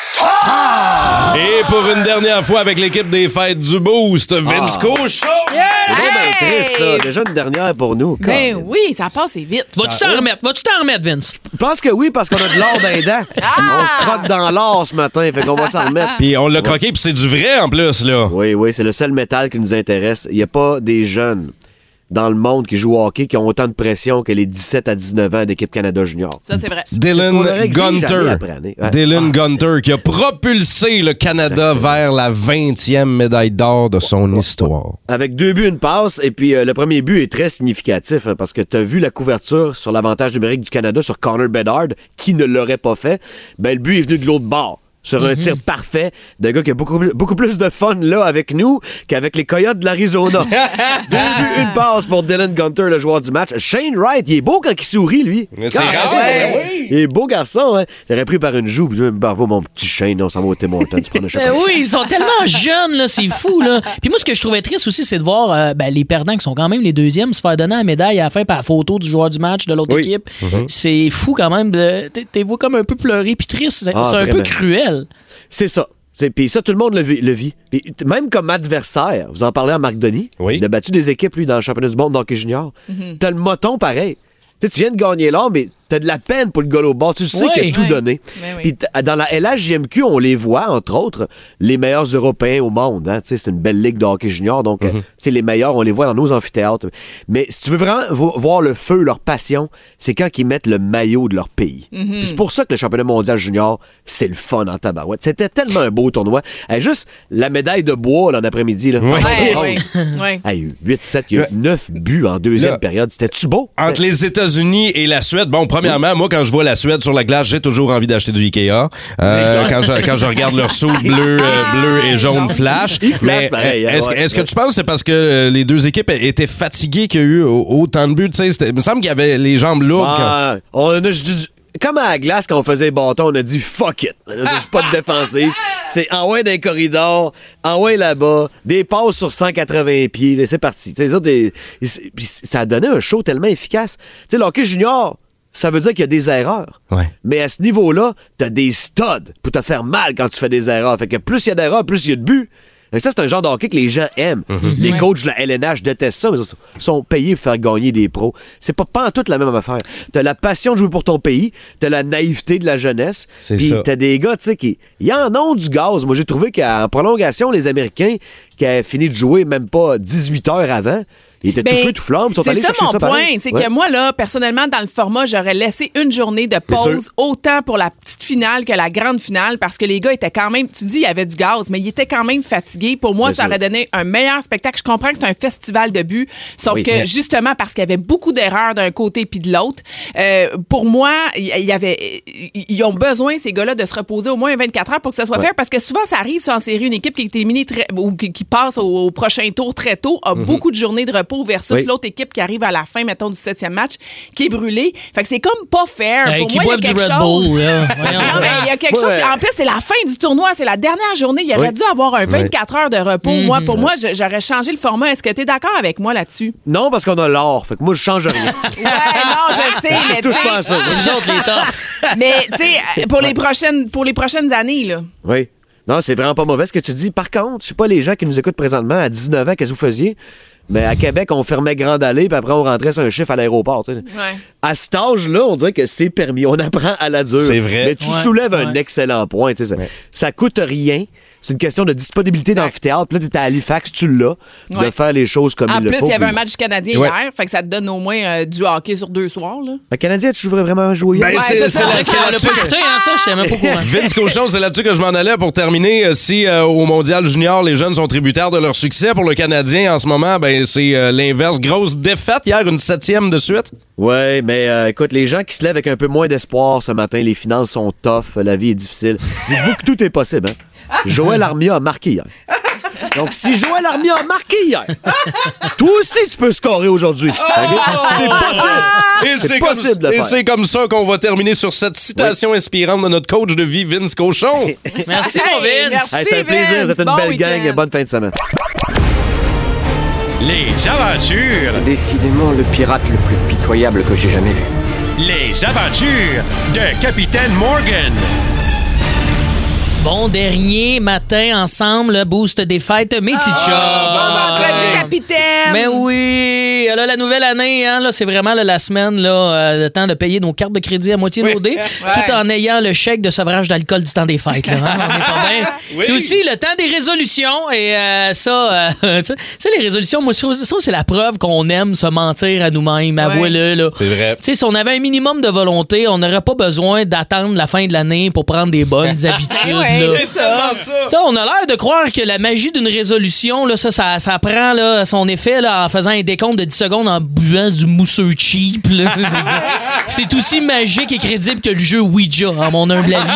Speaker 3: Et pour une dernière fois avec l'équipe des fêtes du Boost,
Speaker 4: Ah.
Speaker 3: Vince Cochon.
Speaker 5: Hey!
Speaker 9: triste, ça. Déjà une dernière pour nous.
Speaker 5: Ben
Speaker 9: Colin.
Speaker 5: oui, ça passe et vite.
Speaker 4: Vas-tu t'en remettre? Vas-tu t'en remettre, Vince?
Speaker 9: Je pense que oui, parce qu'on a de l'or dans les dents. On croque dans l'or ce matin, fait qu'on va s'en remettre.
Speaker 3: Puis on l'a croqué, puis c'est du vrai en plus, là.
Speaker 9: Oui, oui, c'est le seul métal qui nous intéresse. Il n'y a pas des jeunes dans le monde qui jouent au hockey qui ont autant de pression que les 17 à 19 ans d'équipe Canada Junior.
Speaker 5: Ça, c'est vrai.
Speaker 3: Dylan
Speaker 9: C'est ce qu'on leur exige année
Speaker 3: Gunter.
Speaker 9: après année. Ouais.
Speaker 3: Dylan
Speaker 9: Ah.
Speaker 3: Gunter qui a propulsé le Canada vers la 20e médaille d'or de son histoire.
Speaker 9: Avec deux buts, une passe, et puis euh, le premier but est très significatif hein, parce que tu as vu la couverture sur l'avantage numérique du Canada sur Connor Bedard, qui ne l'aurait pas fait. Ben, le but est venu de l'autre bord. Sur un tir parfait d'un gars qui a beaucoup, beaucoup plus de fun là avec nous qu'avec les Coyotes de l'Arizona. Deux buts, une passe pour Dylan Gunter, le joueur du match. Shane Wright, il est beau quand il sourit, lui.
Speaker 3: c'est
Speaker 9: Quand-
Speaker 3: rare, hein?
Speaker 9: Ouais.
Speaker 3: mais oui.
Speaker 9: Il est beau garçon, hein. Il aurait pris par une joue, puis je dis, bravo mon petit Shane, on s'en va au Tim Hortons, tu prends le chocolat.
Speaker 4: Ben oui, ils sont tellement jeunes, là, c'est fou, là. Puis moi, ce que je trouvais triste aussi, c'est de voir euh, ben, les perdants qui sont quand même les deuxièmes se faire donner la médaille à la fin par la photo du joueur du match de l'autre
Speaker 9: Oui. Mm-hmm.
Speaker 4: équipe. C'est fou quand même. de- T'es t'es vois comme un peu pleurer puis triste. C'est
Speaker 9: Ah,
Speaker 4: c'est un peu
Speaker 9: vraiment.
Speaker 4: cruel.
Speaker 9: C'est ça. C'est- Puis ça, tout le monde le vit. le vit. Puis t- même comme adversaire, vous en parlez à Marc Denis.
Speaker 3: Oui.
Speaker 9: Il a battu des équipes, lui, dans le championnat du monde d'hockey junior. T'as le moton pareil. Tu sais, tu viens de gagner l'or, mais T'as de la peine pour le gars au bord. Tu sais
Speaker 4: Oui.
Speaker 9: qu'il a tout
Speaker 5: Oui.
Speaker 9: donné.
Speaker 5: Oui, Ben oui.
Speaker 9: Puis t- dans la LHJMQ, on les voit, entre autres, les meilleurs Européens au monde. hein. Tu sais, C'est une belle ligue de hockey junior, donc euh,
Speaker 3: Mm-hmm.
Speaker 9: tu sais, les meilleurs, on les voit dans nos amphithéâtres. Mais si tu veux vraiment vo- voir le feu, leur passion, c'est quand ils mettent le maillot de leur pays.
Speaker 5: Mm-hmm.
Speaker 9: Puis C'est pour ça que le championnat mondial junior, c'est le fun en tabarouette. C'était tellement un beau tournoi. Eh, juste la médaille de bois là, en après-midi. là.
Speaker 5: Ouais,
Speaker 9: Rose.
Speaker 5: ouais, ouais.
Speaker 9: Hey, 8-7, il y a eu
Speaker 3: Le-
Speaker 9: 9 buts en deuxième
Speaker 3: Le-
Speaker 9: période. C'était-tu beau?
Speaker 3: Entre les États-Unis et la Suède, bon, premièrement, moi, quand je vois la Suède sur la glace, j'ai toujours envie d'acheter du Ikea. Euh, quand, je, quand je regarde leur saut bleu, euh, bleu et jaune flash. Mais euh,
Speaker 9: pareil, hein,
Speaker 3: est-ce que-
Speaker 9: ouais.
Speaker 3: est-ce que tu penses que c'est parce que euh, les deux équipes étaient fatiguées qu'il y a eu au- autant de buts? Tu sais, c'était- Il me semble qu'il y avait les jambes lourdes. quand-
Speaker 9: Ah, on a juste- Comme à la glace, quand on faisait les bâtons, on a dit fuck it. On a dit, Je suis pas de défensif. C'est en loin d'un corridor, en loin là-bas, des passes sur 180 pieds, là, c'est parti. Tu sais, Les autres, des- ils- puis ça a donné un show tellement efficace. Tu sais, le hockey junior, ça veut dire qu'il y a des erreurs.
Speaker 3: Ouais.
Speaker 9: Mais à ce niveau-là, t'as des studs pour te faire mal quand tu fais des erreurs. Fait que plus il y a d'erreurs, plus il y a de buts. Et ça, c'est un genre de hockey que les gens aiment.
Speaker 3: Mhm.
Speaker 9: Les coachs de la LNH détestent ça, mais ils sont- sont payés pour faire gagner des pros. C'est pas, pas en tout la même affaire. T'as la passion de jouer pour ton pays, t'as la naïveté de la jeunesse,
Speaker 3: C'est
Speaker 9: puis
Speaker 3: ça.
Speaker 9: t'as des gars, tu sais, qui ils en ont du gaz. Moi, j'ai trouvé qu'en prolongation, les Américains, qui avaient fini de jouer même pas 18 heures avant, ils étaient
Speaker 5: Ben,
Speaker 9: tout feu, tout flamme. ils sont
Speaker 5: C'est
Speaker 9: allés
Speaker 5: ça
Speaker 9: chercher
Speaker 5: mon point.
Speaker 9: pareil.
Speaker 5: C'est
Speaker 9: Ouais.
Speaker 5: que moi, là, personnellement, dans le format, j'aurais laissé une journée de pause
Speaker 9: sûr.
Speaker 5: autant pour la petite finale que la grande finale parce que les gars étaient quand même, tu dis, il y avait du gaz, mais ils étaient quand même fatigués. Pour moi,
Speaker 9: C'est
Speaker 5: ça
Speaker 9: sûr.
Speaker 5: aurait donné un meilleur spectacle. Je comprends que c'est un festival de buts, sauf
Speaker 9: Oui,
Speaker 5: que
Speaker 9: mais-
Speaker 5: justement, parce qu'il y avait beaucoup d'erreurs d'un côté puis de l'autre, euh, pour moi, il y, il y avait, ils ont besoin, ces gars-là, de se reposer au moins 24 heures pour que ça soit fait parce que souvent, ça arrive ça, en série, une équipe qui est éliminée très- ou qui, qui passe au, au prochain tour très tôt a
Speaker 4: Mhm.
Speaker 5: beaucoup de journées de repos versus
Speaker 9: Oui.
Speaker 5: l'autre équipe qui arrive à la fin, mettons, du septième match, qui est brûlée. Fait que c'est comme pas fair.
Speaker 4: Euh,
Speaker 5: Pour
Speaker 4: qui
Speaker 5: moi, il y a
Speaker 4: boivent du
Speaker 5: quelque
Speaker 4: Red
Speaker 5: chose.
Speaker 4: Bull, là. Voyons.
Speaker 5: Non, mais il y a quelque
Speaker 9: Ouais.
Speaker 5: chose. qui- En plus, c'est la fin du tournoi, c'est la dernière journée. Il y aurait dû avoir un 24 heures de repos. Moi, pour
Speaker 4: Mhm.
Speaker 5: moi, je- j'aurais changé le format. Est-ce que tu es d'accord avec moi là-dessus?
Speaker 9: Non, parce qu'on a l'or. Fait que moi, je change rien.
Speaker 5: Ouais, non, je sais, mais tu
Speaker 9: Touche pas à
Speaker 5: sais,
Speaker 9: ça.
Speaker 4: Nous autres, les toffes.
Speaker 5: mais tu sais, euh, pour les prochaines, pour les prochaines années là.
Speaker 9: Oui. Non, c'est vraiment pas mauvais ce que tu dis. Par contre, je sais pas les gens qui nous écoutent présentement à 19 ans, qu'est-ce que vous faisiez? Mais à Québec, on fermait Grande Allée, puis après, on rentrait sur un chiffre à l'aéroport. tu sais.
Speaker 5: Ouais.
Speaker 9: À cet âge-là, on dirait que c'est permis. On apprend à la dure.
Speaker 3: C'est vrai.
Speaker 9: Mais tu
Speaker 4: Ouais,
Speaker 9: soulèves un
Speaker 4: ouais.
Speaker 9: excellent point. tu sais, Ça, ça coûte rien. C'est une question de disponibilité
Speaker 5: Exact.
Speaker 9: d'amphithéâtre. Puis Là, t'es à Halifax, tu l'as. De
Speaker 5: Ouais.
Speaker 9: faire les choses comme
Speaker 5: En
Speaker 9: il Ah, le
Speaker 5: plus,
Speaker 9: faut.
Speaker 5: il y avait
Speaker 9: puis-
Speaker 5: un match du canadien
Speaker 3: Ouais.
Speaker 5: hier, fait que ça te donne au moins euh, du hockey sur deux soirs là.
Speaker 9: Le Canadien, tu voudrais vraiment jouer? hier?
Speaker 3: Ben,
Speaker 5: Ouais,
Speaker 3: c'est
Speaker 5: c'est
Speaker 3: c'est
Speaker 5: ça.
Speaker 3: là- c'est
Speaker 4: C'est on l'a
Speaker 3: là-dessus
Speaker 4: pas écouté, hein, ça? Je sais même pas comment.
Speaker 3: Vince Cochon, c'est là-dessus que je m'en allais pour terminer. Euh, Si euh, au Mondial Junior, les jeunes sont tributaires de leur succès, pour le Canadien en ce moment, ben c'est euh, l'inverse. Grosse défaite hier, une septième de suite.
Speaker 9: Ouais, mais euh, écoute, les gens qui se lèvent avec un peu moins d'espoir ce matin, les finances sont tough, la vie est difficile. Dites-vous que tout est possible. Hein? Joël Armia a marqué hier. Donc, si Joël Armia a marqué hier, toi aussi, tu peux scorer aujourd'hui.
Speaker 5: Oh!
Speaker 9: OK?
Speaker 3: Et
Speaker 9: C'est possible. C'est
Speaker 3: c'est comme,
Speaker 9: possible de le
Speaker 3: et
Speaker 9: faire.
Speaker 3: c'est comme ça qu'on va terminer sur cette citation inspirante de notre coach de vie, Vince Cochon.
Speaker 4: Merci,
Speaker 5: Hey,
Speaker 4: mon Vince.
Speaker 5: merci.
Speaker 9: Hey, C'était un plaisir. Vous êtes une
Speaker 5: Bon
Speaker 9: belle gang.
Speaker 5: week-end.
Speaker 9: Bonne fin de semaine.
Speaker 7: Les aventures,
Speaker 10: Décidément le pirate le plus pitoyable que j'ai jamais vu.
Speaker 7: les aventures de Capitaine Morgan.
Speaker 4: Bon dernier matin ensemble, le boost des fêtes, mes petits
Speaker 5: Ah,
Speaker 4: chums.
Speaker 5: Vendredi, capitaine.
Speaker 4: Ah, Mais oui, là, la nouvelle année, hein, là, c'est vraiment là, la semaine, là, euh, le temps de payer nos cartes de crédit à moitié loadées, tout en ayant le chèque de sevrage d'alcool du temps des fêtes. là, hein, on est pas bien. C'est aussi le temps des résolutions, et euh, ça, euh, tu sais, tu sais, les résolutions, moi, je trouve je trouve que c'est la preuve qu'on aime se mentir à nous-mêmes, avouez-le. là.
Speaker 3: C'est vrai.
Speaker 4: Tu sais, si on avait un minimum de volonté, on n'aurait pas besoin d'attendre la fin de l'année pour prendre des bonnes habitudes.
Speaker 5: Ben ouais,
Speaker 4: là.
Speaker 5: c'est ça.
Speaker 4: Tu sais, on a l'air de croire que la magie d'une résolution, là, ça, ça, ça prend là, son effet là, en faisant un décompte de 10 secondes en buvant du mousseux cheap. là. C'est aussi magique et crédible que le jeu Ouija, à mon humble avis.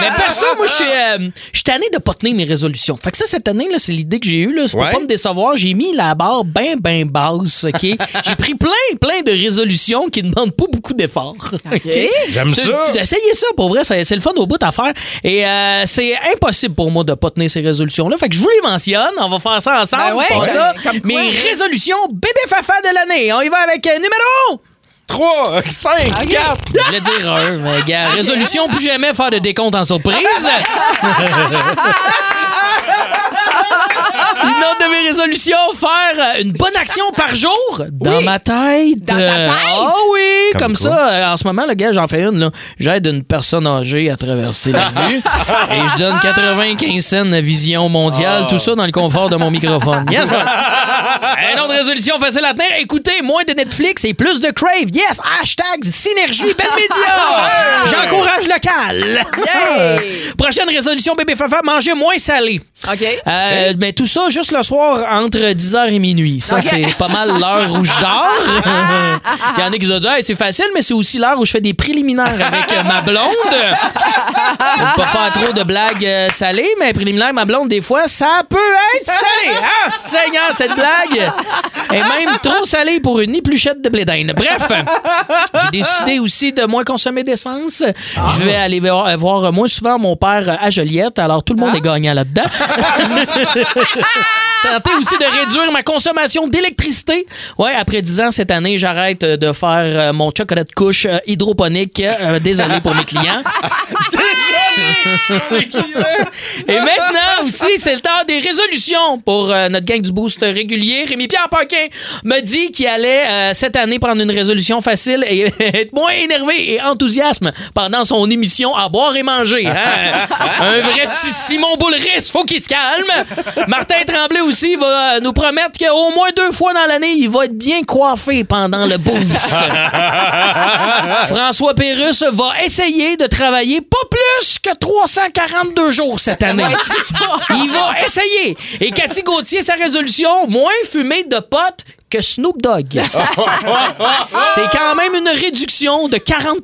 Speaker 4: Mais perso, moi, je suis euh, je suis tanné de pas tenir mes résolutions. Fait que ça, cette année, là, c'est l'idée que j'ai eue. Là. C'est pour
Speaker 3: Ouais.
Speaker 4: pas me décevoir. J'ai mis la barre ben, ben basse, OK? j'ai pris plein, plein de résolutions qui ne demandent pas beaucoup d'efforts. OK?
Speaker 3: J'aime
Speaker 4: C'est-
Speaker 3: ça.
Speaker 4: tu- Essayez ça, pour vrai. C'est c'est le fun au bout à faire. Et euh, c'est impossible pour moi de pas tenir ces résolutions-là. Fait que je vous les mentionne. On va faire ça ensemble.
Speaker 5: Ben ouais,
Speaker 4: pour
Speaker 5: ben,
Speaker 4: ça.
Speaker 5: comme quoi.
Speaker 4: Mes résolutions bébé fafa de l'année. On y va avec euh, numéro 1.
Speaker 3: 3, 5, 4.
Speaker 4: Je voulais dire un, mais Ah, gars, résolution plus jamais faire de décompte en surprise. Une autre de mes résolution, faire euh, une bonne action par jour dans
Speaker 5: Oui.
Speaker 4: ma tête.
Speaker 5: Dans ta
Speaker 4: Euh,
Speaker 5: tête?
Speaker 4: Ah oui,
Speaker 3: Comme
Speaker 4: comme,
Speaker 3: quoi?
Speaker 4: ça. euh, En ce moment, le gars, j'en fais une. là. J'aide une personne âgée à traverser la rue et je donne 95 cents à Vision
Speaker 5: Ah.
Speaker 4: Mondiale. Tout ça dans le confort de mon microphone. Yes, sir. Une autre résolution facile à tenir. Écoutez, moins de Netflix et plus de Crave. Yes, hashtag Synergie Belle Média. J'encourage local.
Speaker 5: Yay!
Speaker 4: Prochaine résolution, bébé Fafa, manger moins salé.
Speaker 5: OK.
Speaker 4: Euh, Mais tout ça juste le soir entre 10h et minuit. Ça,
Speaker 5: Ok.
Speaker 4: c'est pas mal l'heure où je dors. Il y en a qui ont dit Hey, c'est facile, mais c'est aussi l'heure où je fais des préliminaires avec euh, ma blonde. Faut pas faire trop de blagues euh, salées, mais préliminaires, ma blonde, des fois, ça peut être salé. Ah, Seigneur, cette blague est même trop salée pour une épluchette de blé d'Inde. Bref, j'ai décidé aussi de moins consommer d'essence. Je vais aller voir, euh, voir moins souvent mon père euh, à Joliette, alors tout le monde est gagnant là-dedans. Tenter aussi de réduire ma consommation d'électricité. Ouais, après 10 ans cette année, j'arrête euh, de faire euh, mon chocolat de couche euh, hydroponique. Euh, désolé pour mes clients. Et maintenant aussi, c'est le temps des résolutions pour euh, notre gang du boost régulier. Rémi-Pierre Paquin me dit qu'il allait euh, cette année prendre une résolution facile et être moins énervé et enthousiasme pendant son émission à boire et manger. hein. Un vrai petit Simon Boulris, faut qu'il se calme. Martin Tremblay aussi va euh, nous promettre qu'au moins deux fois dans l'année, il va être bien coiffé pendant le boost. François Pérusse va essayer de travailler pas plus que 342 jours cette année. Il va essayer. Et Cathy Gauthier, sa résolution, moins fumer de potes que Snoop Dogg. C'est quand même une réduction de 40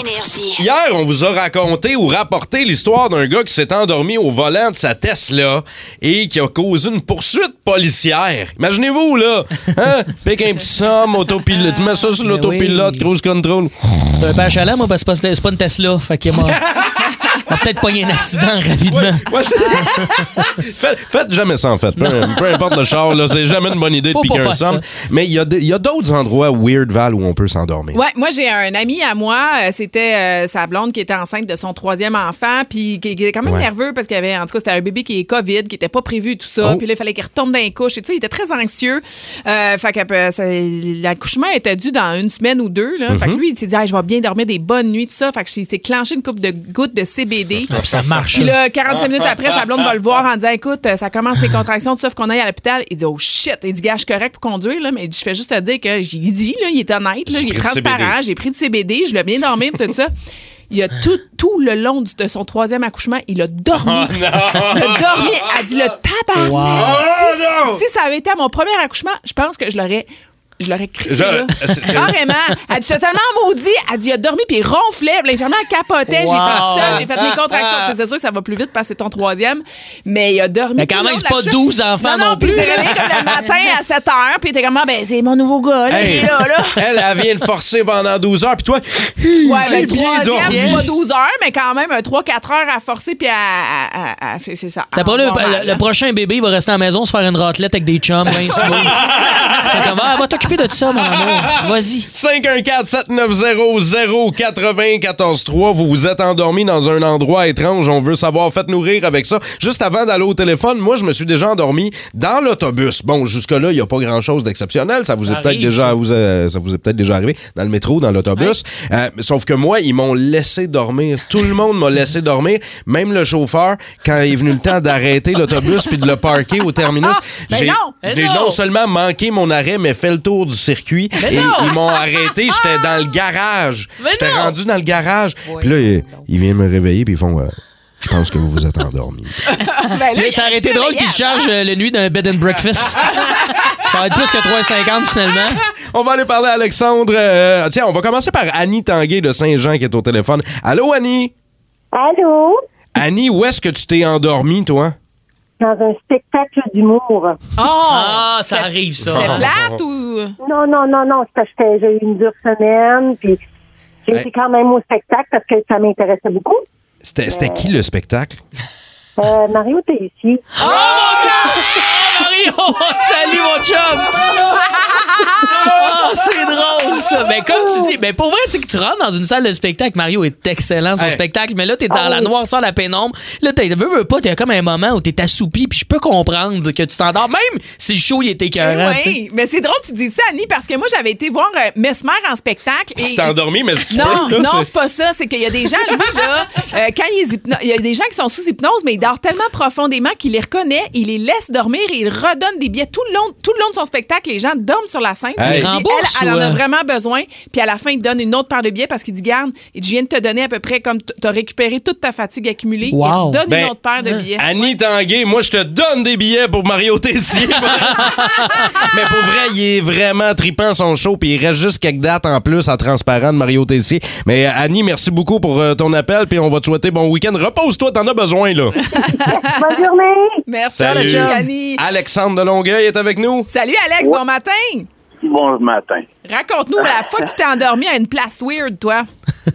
Speaker 2: Énergie.
Speaker 3: Hier, on vous a raconté ou rapporté l'histoire d'un gars qui s'est endormi au volant de sa Tesla et qui a causé une poursuite policière. Imaginez-vous, là. Hein? Pique un petit somme, autopilote. Mets ça sur
Speaker 4: Mais
Speaker 3: l'autopilote,
Speaker 4: oui.
Speaker 3: cruise control.
Speaker 4: C'est un peu chalet, moi, parce que c'est pas- c'est pas une Tesla. Fait qu'il m'a m'a peut-être pogné un accident rapidement.
Speaker 3: Ouais, c'est- faites, faites jamais ça, en fait. Peu, peu importe le char, là, c'est jamais une bonne idée de
Speaker 4: Faut pas
Speaker 3: piquer un
Speaker 4: faire ça.
Speaker 3: somme. Mais il y a, des- il y a d'autres endroits weird, Val, où on peut s'endormir.
Speaker 5: Ouais, moi j'ai un ami à moi, euh, c'était euh, sa blonde qui était enceinte de son troisième enfant, puis qui, qui était quand même
Speaker 3: Ouais.
Speaker 5: nerveux parce qu'il y avait, en tout cas, c'était un bébé qui est COVID, qui était pas prévu tout ça,
Speaker 3: Oh.
Speaker 5: puis là il fallait qu'il retombe dans les couches et tout, ça, il était très anxieux. Euh, fait que euh, ça- l'accouchement était dû dans une semaine ou deux, là.
Speaker 3: Mm-hmm.
Speaker 5: Fait que lui il s'est dit, Ah, je vais bien dormir des bonnes nuits tout ça, fait que il s'est clenché une coupe de gouttes de CBD.
Speaker 4: Ah, puis Ça marche.
Speaker 5: Puis là, 45 minutes après, sa blonde va le voir en disant Écoute, euh, ça commence les contractions, tu sais, faut qu'on aille à l'hôpital. Il dit Oh shit. Il dit Gars, je suis correct pour conduire, là, mais il dit, je fais juste te dire que j'ai dit, là, il est honnête, là,
Speaker 3: J'ai
Speaker 5: il est
Speaker 3: pris du
Speaker 5: transparent,
Speaker 3: CBD.
Speaker 5: j'ai pris du CBD, je l'ai bien dormi, puis tout ça. Il a tout, tout le long du- de son troisième accouchement, il a dormi.
Speaker 3: Oh,
Speaker 5: il a dormi. Elle dit le tabarnak.
Speaker 3: Oh,
Speaker 5: Si, si ça avait été à mon premier accouchement, je pense que je l'aurais. Je l'aurais crissé,
Speaker 3: Je-
Speaker 5: là.
Speaker 3: c'est- c'est-
Speaker 5: Carrément. Elle dit, j'étais tellement maudit. Elle dit, il a dormi, puis il ronflait. Puis L'infirmière capotait. J'étais
Speaker 4: Wow. Ah.
Speaker 5: seule, j'ai fait mes contractions. Tu sais, c'est sûr que ça va plus vite parce que c'est ton troisième. Mais il a dormi.
Speaker 4: Mais
Speaker 5: tout
Speaker 4: quand
Speaker 5: le
Speaker 4: même,
Speaker 5: long
Speaker 4: c'est
Speaker 5: de la
Speaker 4: pas
Speaker 5: chute.
Speaker 4: 12 enfants non plus,
Speaker 5: puis Il s'est
Speaker 4: là.
Speaker 5: réveillé comme le matin à 7 h, puis il était comme, Ah, ben, c'est mon nouveau gars, là,
Speaker 3: Hey,
Speaker 5: il est là, là.
Speaker 3: Elle, elle vient de forcer pendant 12 heures, puis toi,
Speaker 5: Ouais, ben,
Speaker 3: j'ai bien
Speaker 5: troisième,
Speaker 3: dormi.
Speaker 5: c'est pas 12 heures, mais quand même, 3-4 heures à forcer, puis à. à- à- à- c'est ça.
Speaker 4: T'as pas
Speaker 5: en
Speaker 4: le,
Speaker 5: normal,
Speaker 4: le, le
Speaker 5: là.
Speaker 4: prochain bébé, il va rester à la maison, se faire une raclette avec des chums. Ben, c'est beau. Fait comme, ah, va t'occuper de ça, mon amour. Vas-y.
Speaker 3: 514-790-0943. Vous vous êtes endormi dans un endroit étrange. On veut savoir. Faites-nous rire avec ça. Juste avant d'aller au téléphone, moi, je me suis déjà endormi dans l'autobus. Bon, jusque-là, il n'y a pas grand-chose d'exceptionnel. Ça vous est
Speaker 4: Arrive.
Speaker 3: peut-être déjà, vous, euh, ça vous est peut-être déjà arrivé dans le métro, dans l'autobus. Euh, sauf que moi, ils m'ont laissé dormir. Tout le monde m'a laissé dormir. Même le chauffeur, quand il est venu le temps d'arrêter l'autobus puis de le parquer au terminus,
Speaker 5: Ben
Speaker 3: j'ai
Speaker 5: non! Ben
Speaker 3: j'ai non seulement manqué mon arrêt, mais fait le tour du circuit. et ils m'ont arrêté. J'étais dans le garage. J'étais rendu dans le garage. Puis là, ils ils viennent me réveiller, puis ils font. euh, je pense que vous vous êtes endormi.
Speaker 5: Ben, là, il-
Speaker 4: Ça aurait été drôle qu'il charge euh, la nuit d'un bed and breakfast. Ça va être plus que 3,50 finalement.
Speaker 3: on va aller parler à Alexandre. euh, tiens, on va commencer par Annie Tanguay de Saint-Jean qui est au téléphone. Allô, Annie?
Speaker 11: Allô?
Speaker 3: Annie, où est-ce que tu t'es endormie, toi?
Speaker 11: Dans un spectacle d'humour.
Speaker 5: Oh!
Speaker 4: Ah, ça arrive, ça.
Speaker 5: C'était plate ou.
Speaker 11: Non, non, non, non. c'est parce que j'étais- J'ai eu une dure semaine, puis j'ai
Speaker 3: Ouais.
Speaker 11: été quand même au spectacle parce que ça m'intéressait beaucoup.
Speaker 3: C'était c'était qui le spectacle?
Speaker 11: Euh, Mario Tessier.
Speaker 5: Oh, mon
Speaker 4: Mario, on te salue, mon chum! Ah, c'est drôle, ça. Mais comme tu dis, mais pour vrai, tu sais que tu rentres dans une salle de spectacle, Mario est excellent, son
Speaker 3: Hey.
Speaker 4: spectacle, mais là, t'es dans
Speaker 11: Ah
Speaker 4: la
Speaker 11: oui.
Speaker 4: noirceur, la pénombre. Là, t'es, veux, veux pas, t'as comme un moment où t'es assoupi, puis je peux comprendre que tu t'endors, même si le show, il est écœurant, tu sais.
Speaker 5: Oui, mais c'est drôle que tu dis ça, Annie, parce que moi, j'avais été voir euh, Mesmer en spectacle.
Speaker 3: Tu
Speaker 5: et-
Speaker 3: t'es endormi, mais si tu
Speaker 5: Non,
Speaker 3: peux, là,
Speaker 5: non,
Speaker 3: c'est-
Speaker 5: c'est pas ça. C'est qu'il y a des gens, lui, là, euh, quand il est hypno- il y a des gens qui sont sous hypnose, mais il dort tellement profondément qu'il les reconnaît, il les laisse dormir et il redonne des billets tout le long, tout le long de son spectacle. Les gens dorment sur la scène.
Speaker 3: Hey.
Speaker 5: Il dit,
Speaker 4: Rembourse
Speaker 5: elle, elle
Speaker 4: ou,
Speaker 5: en a
Speaker 4: euh,
Speaker 5: vraiment besoin. Puis à la fin, il donne une autre paire de billets parce qu'il dit, garde, il dit, je viens de te donner à peu près comme t- t'as récupéré toute ta fatigue accumulée.
Speaker 4: Wow.
Speaker 5: Il redonne
Speaker 3: Ben,
Speaker 5: une autre paire de billets.
Speaker 3: Annie Tanguay, moi, je te donne des billets pour Mario Tessier. Mais pour vrai, il est vraiment tripant son show, puis il reste juste quelques dates en plus à transparent de Mario Tessier. Mais euh, Annie, merci beaucoup pour euh, ton appel, puis on va te souhaiter bon week-end. Repose-toi, t'en as besoin, là.
Speaker 11: Ah, Bonne journée!
Speaker 5: Merci,
Speaker 3: Salut.
Speaker 5: Annie.
Speaker 3: Alexandre de Longueuil est avec nous.
Speaker 5: Salut, Alex. Bon matin.
Speaker 12: Bon matin.
Speaker 5: Raconte-nous la fois que tu t'es endormi à une place weird, toi.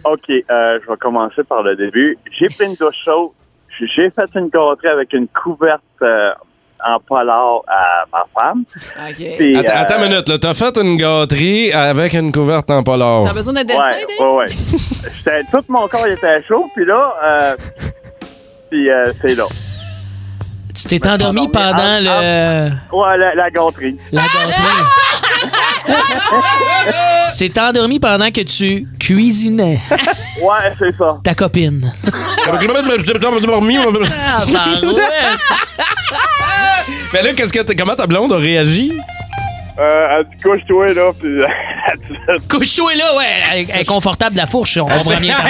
Speaker 12: OK, euh, je vais commencer par le début. J'ai pris une douche chaude. J'ai fait une contrée avec une couverte euh, en polar à ma femme.
Speaker 5: OK.
Speaker 12: Puis,
Speaker 3: Attends,
Speaker 12: euh,
Speaker 3: attends une minute, là. T'as fait une gâterie avec une couverte en polar.
Speaker 5: T'as besoin de dessin,
Speaker 12: Ouais,
Speaker 5: Dave?
Speaker 12: ouais, ouais. J'étais- tout mon corps était chaud, puis là, euh, puis euh, c'est là.
Speaker 4: Tu t'es endormi ah,
Speaker 12: endormi
Speaker 4: pendant
Speaker 12: en-
Speaker 4: le...
Speaker 12: Ouais, la, la gâterie.
Speaker 4: la
Speaker 5: Ah,
Speaker 4: gâterie. tu t'es endormi pendant que tu cuisinais
Speaker 12: Ouais, c'est ça.
Speaker 4: ta copine. Ah, barouette.
Speaker 3: Mais là, qu'est-ce que t'as- comment ta blonde a réagi?
Speaker 12: Euh, elle dit, couche-toi, là, puis elle dit,
Speaker 4: Couche-toi là, ouais. Elle- elle est confortable, la fourche, on
Speaker 3: Elle dit,
Speaker 4: comprend bien ta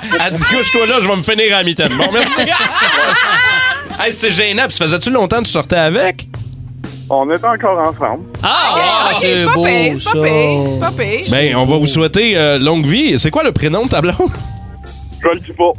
Speaker 4: blonde.
Speaker 3: Elle dit couche-toi là, je vais me finir à la mi-temps. Bon, merci. hey, c'est gênant. Puis, ça faisait-tu longtemps que tu sortais avec?
Speaker 12: on est encore ensemble.
Speaker 4: Ah,
Speaker 5: Ah, ok, c'est pas pire, c'est pas pire, c'est pas pire.
Speaker 3: Ben, on va vous souhaiter euh, longue vie. C'est quoi le prénom de ta blonde?
Speaker 12: Je le dis pas.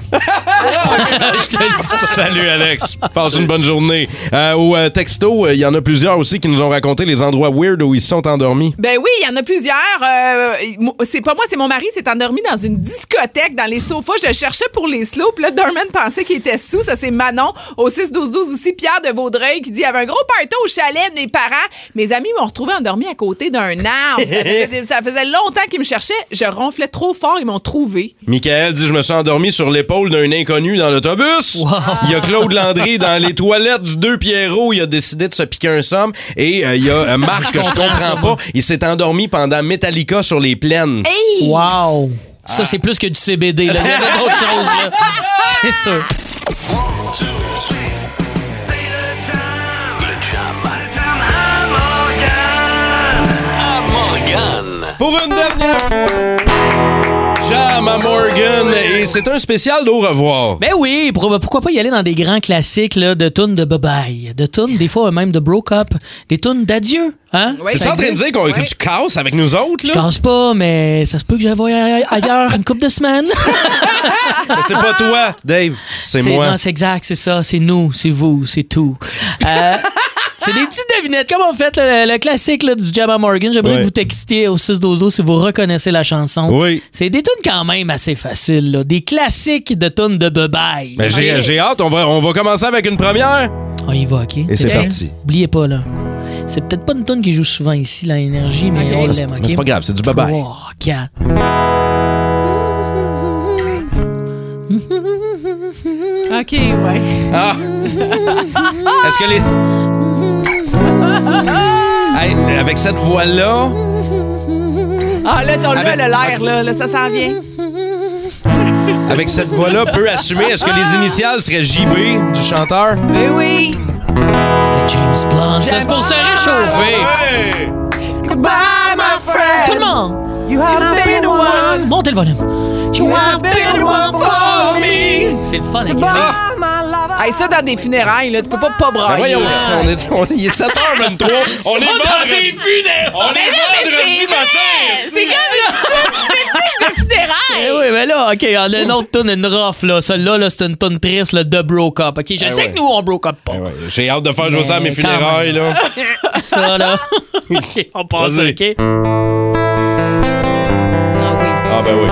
Speaker 4: Je te le dis.
Speaker 3: Salut, Alex. Passe une bonne journée. Euh, au euh, texto, euh, il y en a plusieurs aussi qui nous ont raconté les endroits weird où ils se sont endormis.
Speaker 5: Ben oui, il y en a plusieurs. Euh, mo- c'est pas moi, c'est mon mari s'est endormi dans une discothèque, dans les sofas. Je cherchais pour les slow. Puis là, Dorman pensait qu'il était sous. Ça, c'est Manon au 6-12-12 aussi. Pierre de Vaudreuil qui dit il y avait un gros party au chalet de mes parents. Mes amis m'ont retrouvé endormi à côté d'un arbre. Ça faisait, ça faisait longtemps qu'ils me cherchaient. Je ronflais trop fort. Ils m'ont trouvé.
Speaker 3: Michael dit Je me suis endormi sur l'épaule d'un inconnu dans l'autobus. Il y a Claude Landry dans les toilettes du 2 Pierrot. Il a décidé de se piquer un somme. Et euh, il y a euh, Marc, que je comprends pas, il s'est endormi pendant Metallica sur les plaines.
Speaker 4: Wow. Ça, c'est plus que du CBD. Là. Il y avait d'autres choses. là. C'est sûr.
Speaker 1: À Morgane.
Speaker 3: Pour une dernière. Jam à Morgan. Et c'est un spécial d'au revoir.
Speaker 4: Ben oui, pour- pourquoi pas y aller dans des grands classiques là, de tunes de bye-bye, de tunes des fois même de broke-up, des tunes d'adieu. Hein?
Speaker 5: Oui.
Speaker 3: T'es en train de dire qu'on- que tu casses avec nous autres,
Speaker 4: Je
Speaker 3: là?
Speaker 4: pense pas, mais ça se peut que j'aille voir ailleurs une couple de semaines.
Speaker 3: Mais C'est pas toi, Dave. C'est moi.
Speaker 4: non, C'est exact, c'est ça. C'est nous, c'est vous, c'est tout. Euh, c'est des petites devinettes. Comme on fait le, le classique là, du Jabba Morgan, j'aimerais
Speaker 3: Ouais.
Speaker 4: que vous textiez au 6 12 12 si vous reconnaissez la chanson.
Speaker 3: Oui.
Speaker 4: C'est des tunes quand même assez faciles. là. Des classiques de tunes de bebaille.
Speaker 3: Ben, j'ai j'ai hâte. On va, on va commencer avec une première.
Speaker 4: On y va, OK?
Speaker 3: Et c'est
Speaker 4: Ok.
Speaker 3: parti.
Speaker 4: Oubliez pas, là. C'est peut-être pas une tune qui joue souvent ici, la énergie, mais
Speaker 5: Ok.
Speaker 4: on
Speaker 5: Mais
Speaker 4: l'aime, OK?
Speaker 3: Mais c'est pas grave, c'est du bye-bye.
Speaker 4: 3, 4.
Speaker 5: OK, ouais.
Speaker 3: Ah! Est-ce que les. Hey, avec cette voix-là.
Speaker 5: Ah, là, ton
Speaker 3: Avec-
Speaker 5: là, le l'air, là, là, ça s'en vient.
Speaker 3: Avec cette voix-là, peut assumer. Est-ce que les initiales seraient JB du chanteur? Ben
Speaker 5: Mais Eh oui.
Speaker 4: C'était James Blunt.
Speaker 5: James
Speaker 4: C'est pour se réchauffer.
Speaker 5: Goodbye, my friend.
Speaker 4: Tout le monde! Montez le volume. You have been one for me. C'est le fun, la gueule.
Speaker 3: Ah!
Speaker 5: Hey, ça, dans des funérailles, là, tu peux pas pas
Speaker 3: Ben
Speaker 5: brailler.
Speaker 3: voyons,
Speaker 5: là.
Speaker 3: on est, on, il est 7h23. on est vendredi. On est vendredi matin.
Speaker 5: C'est comme une couche de
Speaker 4: Eh
Speaker 5: funérailles.
Speaker 4: oui, mais là, OK, on a une autre tune, une rough, là. Celle-là, là, c'est une tune triste, là, de broke up, OK? Je
Speaker 3: Eh
Speaker 4: sais
Speaker 3: ouais.
Speaker 4: que nous, on broke up pas.
Speaker 3: Ben ouais, J'ai hâte de faire jouer ça à mes
Speaker 4: Mais quand
Speaker 3: funérailles, là.
Speaker 4: Ça, là. OK, on passe,
Speaker 3: Vas-y.
Speaker 4: OK?
Speaker 3: Ah, ben oui.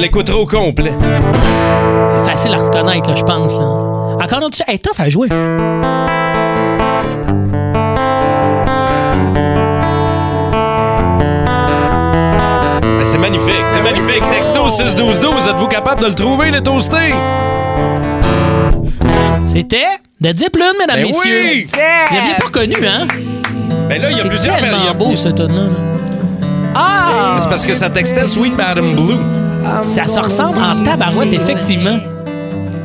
Speaker 3: l'écoutera au complet.
Speaker 4: Facile à reconnaître, là, je pense. Là. Encore une autre. Elle est tough à jouer.
Speaker 3: Ben, c'est magnifique, c'est magnifique. Texto 61212, êtes-vous capable de le trouver, le toasté?
Speaker 4: C'était de Diplune, mesdames,
Speaker 3: Ben oui!
Speaker 4: messieurs. Vous l'aviez pas reconnu, hein?
Speaker 3: Ben là, il y a
Speaker 4: C'est
Speaker 3: plusieurs
Speaker 4: tellement
Speaker 3: périodes.
Speaker 4: beau, ce tune là
Speaker 5: Ah!
Speaker 3: C'est parce que ça textait Sweet Madame Blue.
Speaker 4: Ça se ressemble en tabarouette, effectivement.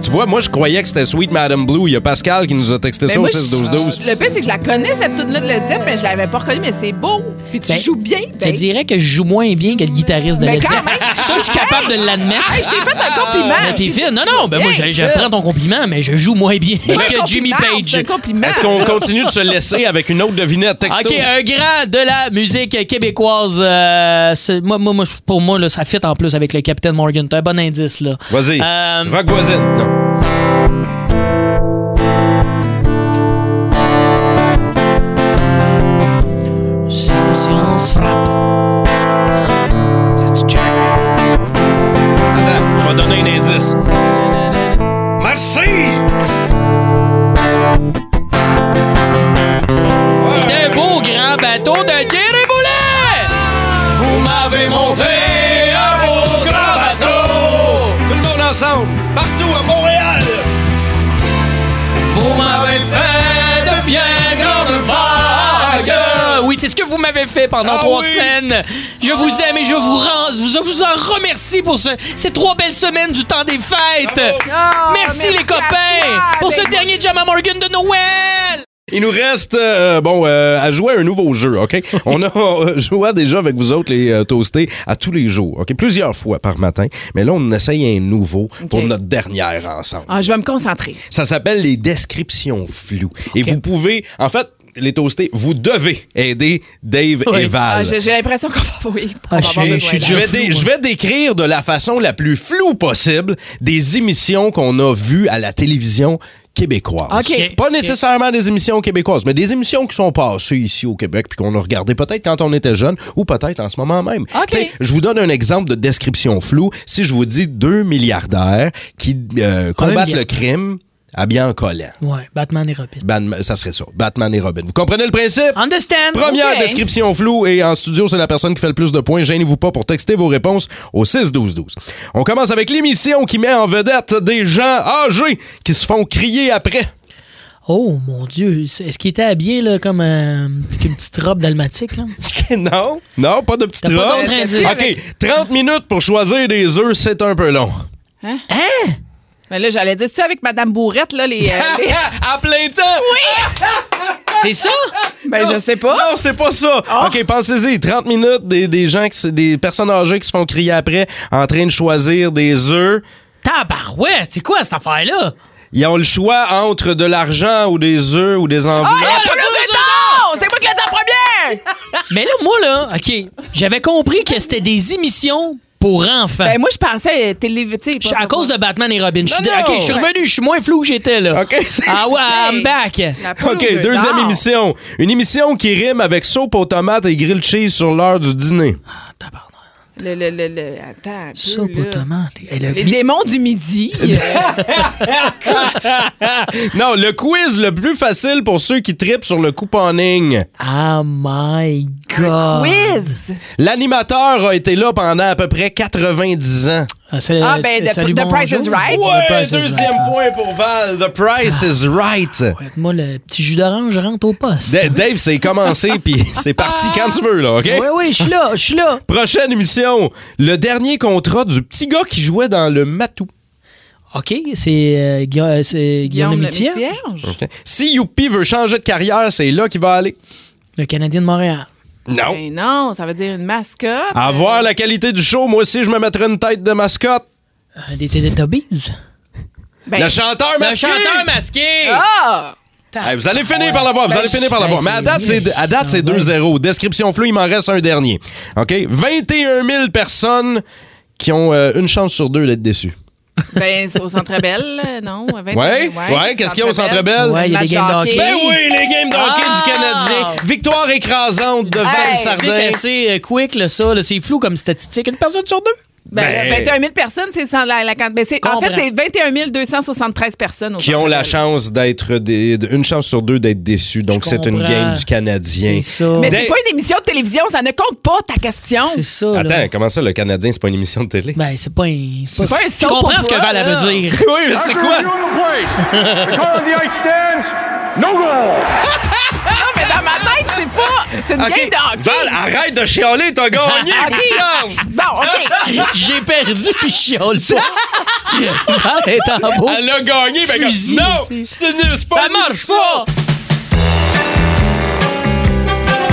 Speaker 3: Tu vois, moi, je croyais que c'était Sweet Madame Blue. Il y a Pascal qui nous a texté
Speaker 5: Ben
Speaker 3: ça au
Speaker 5: moi,
Speaker 3: 6-12-12.
Speaker 5: je- Le pire, c'est que je la connais, cette tune-là de Led Zepp, mais je l'avais pas reconnue, mais c'est beau. Puis tu
Speaker 4: Ben,
Speaker 5: joues bien.
Speaker 4: Je te
Speaker 5: ben.
Speaker 4: dirais que je joue moins bien que le guitariste de
Speaker 5: Ben,
Speaker 4: Led
Speaker 5: quand
Speaker 4: Zepp.
Speaker 5: même.
Speaker 4: Ça, je suis capable de l'admettre. Ah,
Speaker 5: Hey, je t'ai fait un compliment.
Speaker 4: Mais t'es
Speaker 5: Je t'ai
Speaker 4: fine.
Speaker 5: dit,
Speaker 4: Non, non, ben moi,
Speaker 5: bien,
Speaker 4: je- j'apprends ton compliment, mais je joue moins bien
Speaker 5: pas un
Speaker 4: que Jimmy
Speaker 5: compliment,
Speaker 4: Page.
Speaker 5: c'est un compliment.
Speaker 3: Est-ce qu'on continue de se laisser avec une autre devinette texto?
Speaker 4: OK,
Speaker 5: euh,
Speaker 4: un grand de la musique québécoise. euh, c'est- moi, moi, moi, pour moi, là, ça fit en plus avec le Capitaine Morgan. T'as un bon indice, là.
Speaker 3: Vas-y.
Speaker 4: Euh,
Speaker 3: Rock voisine. Non.
Speaker 4: Si le silence frappe. C'est du
Speaker 3: Attends, je vais donner un indice. Merci!
Speaker 4: C'était un beau grand bateau de Jerry Boulet!
Speaker 3: Vous m'avez monté un beau grand bateau! Tout le monde ensemble, partout à Montréal!
Speaker 4: Vous m'avez fait de bien grandes vagues! Oui, c'est ce que vous m'avez fait pendant
Speaker 3: Ah
Speaker 4: trois
Speaker 3: oui. Ah.
Speaker 4: semaines. Je vous aime et je vous, rends, je vous en remercie pour ce- ces trois belles semaines du temps des fêtes.
Speaker 5: Ah,
Speaker 4: merci, les
Speaker 5: à toi,
Speaker 4: copains pour ce
Speaker 5: Dave.
Speaker 4: dernier Jama Morgan de Noël!
Speaker 3: Il nous reste, euh, bon, euh, à jouer à un nouveau jeu, OK? On a euh, joué déjà avec vous autres, les euh, toastés, à tous les jours, OK? Plusieurs fois par matin. Mais là, on essaye un nouveau pour
Speaker 5: OK.
Speaker 3: notre dernière ensemble.
Speaker 5: Ah, je vais me concentrer.
Speaker 3: Ça s'appelle les descriptions floues. Et vous pouvez, en fait, les toastés, vous devez aider Dave
Speaker 4: Oui.
Speaker 3: et Val.
Speaker 5: Ah, j'ai j'ai l'impression qu'on va, oui, qu'on
Speaker 4: Ah,
Speaker 5: va
Speaker 4: je-
Speaker 5: avoir
Speaker 4: je
Speaker 5: besoin
Speaker 4: suis
Speaker 5: d'aide.
Speaker 3: Je vais,
Speaker 4: flou,
Speaker 3: dé-
Speaker 4: moi.
Speaker 3: je vais décrire de la façon la plus floue possible des émissions qu'on a vues à la télévision québécoise.
Speaker 5: OK.
Speaker 3: Pas nécessairement des émissions québécoises, mais des émissions qui sont passées ici au Québec puis qu'on a regardées peut-être quand on était jeune ou peut-être en ce moment même. Tu sais, Je vous donne un exemple de description floue. Si je vous dis deux milliardaires qui euh, combattent le
Speaker 4: milliardaire.
Speaker 3: crime habillés en collant,
Speaker 4: Ouais, Batman et Robin.
Speaker 3: Batman- ça serait ça, Batman et Robin. Vous comprenez le principe?
Speaker 4: Understand?
Speaker 3: Première
Speaker 5: Ok.
Speaker 3: description floue et en studio, c'est la personne qui fait le plus de points. Gênez-vous pas pour texter vos réponses au 6-12-12. On commence avec l'émission qui met en vedette des gens âgés qui se font crier après.
Speaker 4: Oh mon Dieu, c'est- est-ce qu'il était habillé là, comme euh, une petite robe dalmatique? Là?
Speaker 3: non, non, pas de petite
Speaker 4: T'as pas
Speaker 3: robe.
Speaker 4: d'autres indices?
Speaker 3: OK, 30 minutes pour choisir des œufs, c'est un peu long.
Speaker 5: Mais là, j'allais dire, c'est-tu avec Madame Bourrette, là, les. euh, les-
Speaker 3: à plein temps! Oui!
Speaker 4: C'est ça?
Speaker 5: Ben, je sais pas.
Speaker 3: Non, c'est pas ça. OK, pensez-y. 30 minutes, des, des gens, qui, se- des personnes âgées qui se font crier après en train de choisir des œufs.
Speaker 4: Tabarouette, c'est quoi cette affaire-là?
Speaker 3: Ils ont le choix entre de l'argent ou des œufs ou des enveloppes.
Speaker 5: Ah,
Speaker 4: la
Speaker 5: la
Speaker 4: poule
Speaker 5: poule
Speaker 4: aux
Speaker 5: aux étoiles! C'est moi qui l'ai dit en premier!
Speaker 4: Mais là, moi, là, OK, j'avais compris que c'était des émissions pour enfants.
Speaker 5: Ben, moi, je pensais euh, télé. tu sais,
Speaker 4: Je suis-
Speaker 5: pas-
Speaker 4: à cause de Batman et Robin. Je suis,
Speaker 3: Non, non.
Speaker 4: OK, je suis revenu, je suis moins flou que j'étais, là.
Speaker 3: OK.
Speaker 4: Ah ouais, I'm
Speaker 5: Hey.
Speaker 4: back.
Speaker 5: La poule aux
Speaker 3: OK,
Speaker 5: œufs
Speaker 3: deuxième
Speaker 5: d'or.
Speaker 3: émission. Une émission qui rime avec soupe aux tomates et grilled cheese sur l'heure du dîner.
Speaker 5: Le, le, le, le- Attends. un peu,
Speaker 4: Soupe aux
Speaker 5: là.
Speaker 4: tomates. Et le
Speaker 5: Les
Speaker 4: mi-
Speaker 5: démons du midi.
Speaker 4: Ah.
Speaker 5: euh,
Speaker 3: Non, le quiz le plus facile pour ceux qui tripent sur le couponing.
Speaker 4: Oh my God.
Speaker 5: Quiz.
Speaker 3: L'animateur a été là pendant à peu près 90 ans.
Speaker 4: Ah, c'est-
Speaker 5: Ah, ben,
Speaker 4: c'est-
Speaker 5: The-
Speaker 4: salut,
Speaker 5: The Price
Speaker 4: bonjour.
Speaker 5: is Right.
Speaker 4: The Price is Right.
Speaker 3: point pour Val. The price is right.
Speaker 4: Ouais, Moi, le petit jus d'orange rentre au poste.
Speaker 3: Da- Dave, c'est commencé, puis c'est parti quand tu veux, là, OK?
Speaker 4: Oui, oui, je suis là, je suis là.
Speaker 3: Prochaine émission. Le dernier contrat du petit gars qui jouait dans le matou.
Speaker 4: OK, c'est euh, Guilla- euh, c'est Guillaume,
Speaker 5: Guillaume
Speaker 4: le
Speaker 5: le
Speaker 4: Métier,
Speaker 5: Métivierge.
Speaker 3: OK. Si Youpi veut changer de carrière, c'est là qu'il va aller.
Speaker 4: le Canadien de Montréal.
Speaker 3: Non.
Speaker 5: Ben non, ça veut dire une mascotte.
Speaker 3: Avoir la qualité du show, moi aussi, je me mettrais une tête de mascotte.
Speaker 4: Euh, Les Teletubbies.
Speaker 5: Ben,
Speaker 3: le chanteur
Speaker 4: Le
Speaker 3: masqué!
Speaker 4: chanteur masqué.
Speaker 5: Ah!
Speaker 3: Hey, vous allez finir par l'avoir, vous
Speaker 4: Ben,
Speaker 3: allez finir par l'avoir.
Speaker 4: ben,
Speaker 3: Mais à date,
Speaker 4: c'est-
Speaker 3: c'est, à date, c'est
Speaker 4: Ah ouais.
Speaker 3: 2-0. Description floue, il m'en reste un dernier. OK? 21 000 personnes qui ont euh, une chance sur deux d'être déçues.
Speaker 5: Ben, c'est au Centre Bell, euh, non? à
Speaker 4: Ben,
Speaker 5: 20,
Speaker 3: Ouais? Ouais, qu'est-ce qu'il y a au Centre Bell?
Speaker 4: Ouais, il y a
Speaker 5: Match
Speaker 4: des games de
Speaker 5: de
Speaker 4: hockey.
Speaker 5: hockey.
Speaker 3: Ben oui, les games de hockey
Speaker 4: Ah!
Speaker 3: du Canadien. Victoire écrasante de Val
Speaker 5: Hey,
Speaker 4: C'est
Speaker 3: Sardin.
Speaker 4: assez euh, quick, là, ça. là. C'est flou comme statistique. Une personne sur deux.
Speaker 5: Ben,
Speaker 3: Ben-
Speaker 5: 21 000 personnes, c'est sans la, la- ben, c'est- En fait,
Speaker 4: Comprends.
Speaker 5: c'est 21 273 personnes. au
Speaker 3: qui
Speaker 5: centre
Speaker 3: ont la
Speaker 5: Bell.
Speaker 3: chance d'être des- une chance sur deux d'être déçus. Donc
Speaker 4: Je
Speaker 3: c'est une
Speaker 4: comprends.
Speaker 3: game du Canadien.
Speaker 4: C'est ça.
Speaker 5: Mais
Speaker 3: Dave-
Speaker 5: c'est pas une émission de télévision, ça ne compte pas ta question.
Speaker 4: C'est ça. là.
Speaker 3: Attends, comment ça le Canadien c'est pas une émission de télé
Speaker 4: Ben, c'est pas un.
Speaker 5: C'est pas un
Speaker 4: Tu
Speaker 5: saut
Speaker 4: comprends
Speaker 5: pour
Speaker 4: ce que
Speaker 5: toi,
Speaker 4: Val
Speaker 5: là.
Speaker 4: veut dire. Oui, mais c'est quoi?
Speaker 5: Non, Ah, mais dans ma tête, c'est pas. C'est une
Speaker 3: Ok,
Speaker 5: game de hockey.
Speaker 3: Val, ah. arrête de chialer, t'as gagné,
Speaker 5: Ok.
Speaker 3: Richard!
Speaker 5: Bon, OK.
Speaker 4: J'ai perdu puis je chiale pas. Val est en beau.
Speaker 3: Elle a gagné, mais
Speaker 4: Fusil,
Speaker 3: non, c'est une- c'est pas
Speaker 4: Ça
Speaker 3: une-
Speaker 4: marche pas!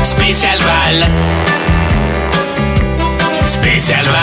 Speaker 1: Spécial Val. Spécial Val.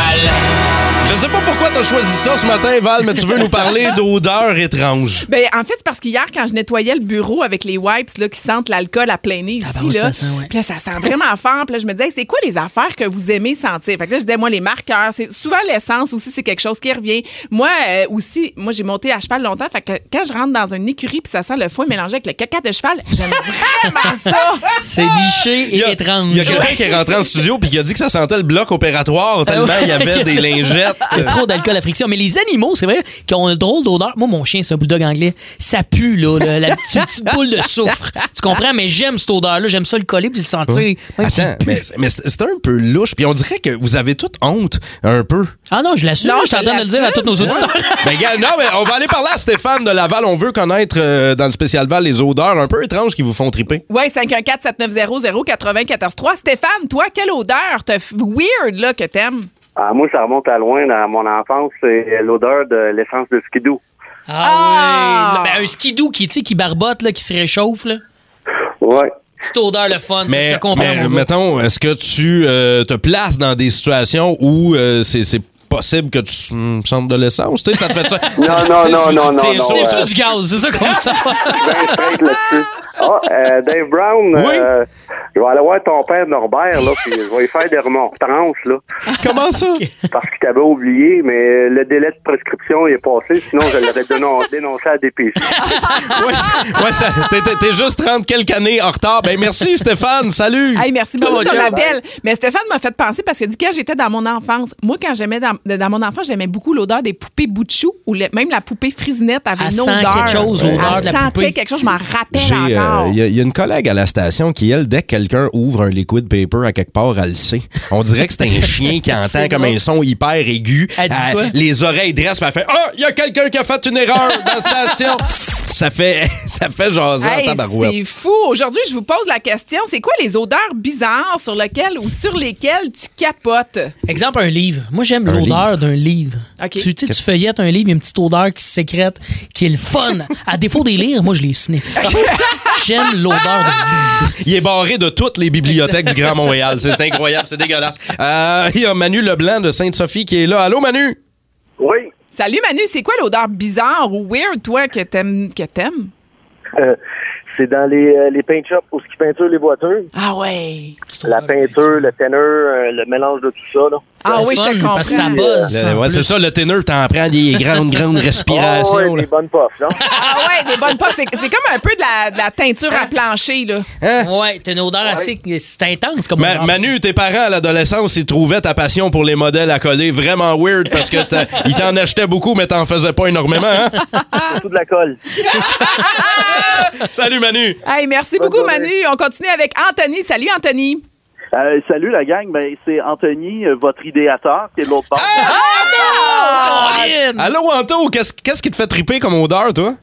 Speaker 3: Je sais pas pourquoi t'as choisi ça ce matin, Val, mais tu veux nous parler d'odeurs étranges.
Speaker 5: Ben, en fait, c'est parce qu'hier, quand je nettoyais le bureau avec les wipes là, qui sentent l'alcool à plein nez ici,
Speaker 4: Tabarouette, ça
Speaker 5: là,
Speaker 4: sent, ouais.
Speaker 5: puis là, ça sent vraiment fort. Puis là, je me disais, Hey, c'est quoi les affaires que vous aimez sentir? Fait que là, je disais, moi, les marqueurs, c'est souvent l'essence aussi, c'est quelque chose qui revient. Moi euh, aussi, moi, j'ai monté à cheval longtemps. Fait que quand je rentre dans une écurie puis ça sent le foin mélangé avec le caca de cheval, j'aime vraiment ça.
Speaker 4: C'est
Speaker 5: Ah!
Speaker 4: liché
Speaker 3: Il y
Speaker 4: et
Speaker 3: a,
Speaker 4: étrange.
Speaker 3: il y a quelqu'un qui est rentré en studio puis qui a dit que ça sentait le bloc opératoire
Speaker 4: Ah
Speaker 3: tellement il y avait des lingettes.
Speaker 4: Il y a trop d'alcool à friction. Mais les animaux, c'est vrai, qui ont une drôle d'odeur. Moi, mon chien, c'est un bulldog anglais. Ça pue, là, le- la petite petite boule de soufre. Tu comprends? Mais j'aime cette odeur-là. J'aime ça le coller puis le sentir. Même s'il
Speaker 3: Attends,
Speaker 4: pue.
Speaker 3: mais, mais c'est c'est un peu louche, puis on dirait que vous avez toute honte, un peu.
Speaker 4: Ah non, je l'assume.
Speaker 5: Non,
Speaker 4: là, Je suis en
Speaker 5: je
Speaker 4: train de le dire à tous nos auditeurs.
Speaker 3: Ben, gars, non, mais on va aller parler à Stéphane de Laval. On veut connaître euh, dans le spécial Val les odeurs un peu étranges qui vous font triper.
Speaker 5: Ouais, 514 790 94 3 Stéphane, toi, quelle odeur te f- weird là, que t'aimes?
Speaker 13: Ah, moi, ça remonte à loin dans mon enfance, c'est l'odeur de l'essence de skidoo.
Speaker 4: Ah, oui. Ben, un skidoo qui, tu sais, qui barbote, là, qui se réchauffe. Là.
Speaker 13: Ouais.
Speaker 4: Petite odeur, le fun. ça,
Speaker 3: Mais,
Speaker 4: je te comprends.
Speaker 3: mais,
Speaker 4: mon gars.
Speaker 3: mettons, est-ce que tu euh, te places dans des situations où euh, c'est c'est possible que tu mm, sentes de l'essence? Tu sais, ça te fait ça. ça-
Speaker 13: non,
Speaker 3: tu sais,
Speaker 13: non,
Speaker 3: tu-
Speaker 13: non,
Speaker 3: tu-
Speaker 13: non,
Speaker 3: tu-
Speaker 13: non,
Speaker 3: tu-
Speaker 13: euh,
Speaker 4: Sniffes-tu du gaz? C'est ça comme ça?
Speaker 13: Ben straight là-dessus. Ah, euh, Dave Brown,
Speaker 3: Oui.
Speaker 13: euh, je vais aller voir ton père Norbert, là, puis je vais lui faire des remontances, là,
Speaker 3: Comment ça?
Speaker 13: parce qu'il t'avait oublié, mais le délai de prescription est passé, sinon je l'aurais dénon- dénoncé à DPC.
Speaker 3: Ouais, ça- ouais, ça- t'es- t'es- T'es juste 30 quelques années en retard. Ben, merci, Stéphane. Salut.
Speaker 5: Hey, merci beaucoup
Speaker 13: Bon,
Speaker 5: de ton
Speaker 13: ciao.
Speaker 5: appel.
Speaker 4: hein.
Speaker 5: Mais Stéphane m'a fait penser parce que du quand j'étais dans mon enfance, moi quand j'aimais dans, dans mon enfance, j'aimais beaucoup l'odeur des poupées bout de chou ou le- même la poupée frisinette avait
Speaker 4: Elle
Speaker 5: une
Speaker 4: sent
Speaker 5: odeur.
Speaker 4: quelque chose, l'odeur
Speaker 5: Elle
Speaker 4: de la
Speaker 5: sentait
Speaker 4: poupée.
Speaker 5: quelque chose, je m'en
Speaker 3: J'ai,
Speaker 5: rappelle
Speaker 3: euh,
Speaker 5: encore.
Speaker 3: Il y, a- il y a une collègue à la station qui, elle, dès que quelqu'un ouvre un liquid paper à quelque part, elle le sait. On dirait que c'est un chien qui entend comme un son hyper aigu.
Speaker 4: Elle dit quoi?
Speaker 3: Les oreilles dressent, puis elle fait « Ah, il y a quelqu'un qui a fait une erreur dans la station! » Ça fait, ça fait jaser
Speaker 5: Hey,
Speaker 3: en tabarouette.
Speaker 5: c'est fou. Aujourd'hui, je vous pose la question, c'est quoi les odeurs bizarres sur lesquelles ou sur lesquelles tu capotes?
Speaker 4: Exemple, un livre. Moi, j'aime
Speaker 3: Un
Speaker 4: l'odeur d'un livre.
Speaker 5: OK.
Speaker 4: Tu, tu sais, tu feuillettes un livre, il y a une petite odeur qui se sécrète, qui est le fun. À défaut des lire, moi, je les sniffe. j'aime l'odeur d'un livre.
Speaker 3: Il est barré de toutes les bibliothèques du Grand Montréal. C'est incroyable, c'est dégueulasse. Euh, Il y a Manu Leblanc de Sainte-Sophie qui est là. Allô, Manu?
Speaker 13: Oui,
Speaker 5: Salut Manu, c'est quoi l'odeur bizarre ou weird toi que t'aimes que t'aimes?
Speaker 13: euh, c'est dans les, euh, les paint shops où ce qui peinture les voitures.
Speaker 5: Ah ouais.
Speaker 4: Petite
Speaker 13: La
Speaker 4: odeur.
Speaker 13: peinture, le teneur, euh, le mélange de tout ça, là.
Speaker 5: Ah
Speaker 4: Le
Speaker 5: oui, je
Speaker 4: fun,
Speaker 5: te comprends.
Speaker 4: Parce que ça buzz.
Speaker 3: Le-
Speaker 4: en
Speaker 3: Euh, ouais,
Speaker 4: plus.
Speaker 3: c'est ça, le ténor, t'en prends des grandes, grandes
Speaker 13: Oh,
Speaker 3: respirations.
Speaker 13: ouais,
Speaker 3: là.
Speaker 13: des bonnes puffs, non?
Speaker 5: Ah ouais, des bonnes poches. C'est c'est comme un peu de la, de la teinture
Speaker 4: Hein?
Speaker 5: à plancher, là.
Speaker 4: Ouais, t'as une odeur assez. C'est intense comme
Speaker 3: Ma-
Speaker 4: odeur.
Speaker 3: Manu, tes parents à l'adolescence, ils trouvaient ta passion pour les modèles à coller vraiment weird parce que t'as- ils t'en achetaient beaucoup, mais t'en faisais pas énormément. Hein?
Speaker 13: Surtout de la colle.
Speaker 3: Salut Manu.
Speaker 5: Hey, merci
Speaker 13: Bonne
Speaker 5: beaucoup,
Speaker 13: journée.
Speaker 5: Manu. On continue avec Anthony. Salut, Anthony.
Speaker 12: Euh, salut la gang, ben, c'est Anthony, euh, votre idéateur, qui est de l'autre bord.
Speaker 5: Ah,
Speaker 4: Colin!
Speaker 3: Allô Anto, qu'est-ce qu'est-ce qui te fait triper comme odeur, toi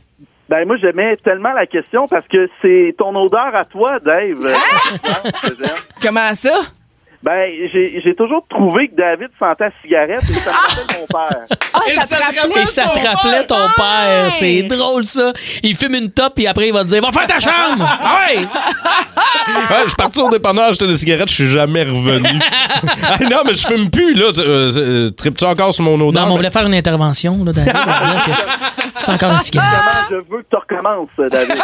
Speaker 12: Ben moi j'aimais tellement la question parce que c'est ton odeur à toi, Dave. Que j'aime.
Speaker 5: Comment ça?
Speaker 12: ben j'ai j'ai toujours trouvé que David sentait la cigarette et ça sentait mon père.
Speaker 5: Ah,
Speaker 3: Et
Speaker 5: ça
Speaker 3: ça
Speaker 5: te
Speaker 3: te
Speaker 5: rappelait?
Speaker 4: Et ça te rappelait ton père. C'est drôle, ça. Il fume une top, et après, il va te dire Va faire ta chambre!
Speaker 5: Ah
Speaker 4: Ouais!
Speaker 3: Ouais, Je suis parti au dépanneur acheter des cigarettes, je suis jamais revenu. Ah, non, mais je fume plus là. Tu- euh, euh, Tripes-tu encore sur mon odeur
Speaker 4: Non, mais on voulait faire une intervention, là, Daniel, pour dire que c'est encore une cigarette.
Speaker 12: Comment Ben, je veux que tu recommences, David.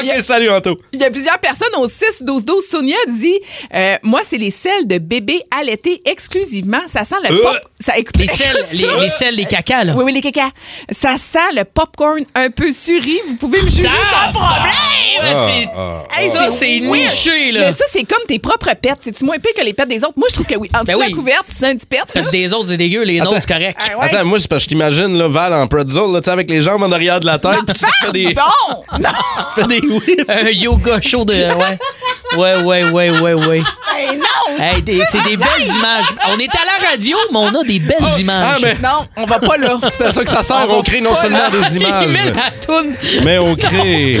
Speaker 3: Ok, salut Anto.
Speaker 5: Il y a plusieurs personnes au 6-12-12. Sonia dit euh, Moi, c'est les selles de bébé allaité exclusivement. Ça sent le
Speaker 3: Euh.
Speaker 5: pop. Ça, écoutez,
Speaker 4: Les selles, les, les selles, les cacas, là. Ah,
Speaker 5: Oui, oui, les caca. Ça sent le popcorn un peu suri. Vous pouvez me juger sans problème.
Speaker 4: ouais, Ah, c'est-
Speaker 3: Ah,
Speaker 4: Hey, ça, c'est
Speaker 5: weird.
Speaker 4: niché, là.
Speaker 5: Mais ça, c'est comme tes propres pets. C'est-tu moins pire que les pets des autres? Moi, je trouve que oui. En dessous
Speaker 4: Ben
Speaker 5: de
Speaker 4: oui.
Speaker 5: la couverte, c'est un petit pet.
Speaker 4: Parce que les autres, c'est dégueu, les autres, c'est correct.
Speaker 13: Ah,
Speaker 5: Ah,
Speaker 3: Attends, moi, c'est parce que je t'imagine, là, Val en pretzel, là, tu sais, avec les jambes en arrière de la tête, puis tu te fais des.
Speaker 5: Ah, Bon!
Speaker 3: Tu te fais des whiffs.
Speaker 4: Un yoga chaud de. Ouais. Ouais, ouais, ouais, ouais, ouais.
Speaker 5: Ben non!
Speaker 4: Hey, des- c'est des belles images. On est à la radio, mais on a des belles images.
Speaker 3: ah, mais-
Speaker 5: Non, on va pas là.
Speaker 3: C'est à ça que ça sort.
Speaker 4: va
Speaker 3: On crée non
Speaker 4: pas
Speaker 3: seulement
Speaker 4: là.
Speaker 3: des images.
Speaker 4: Il met la toune.
Speaker 3: Mais on crée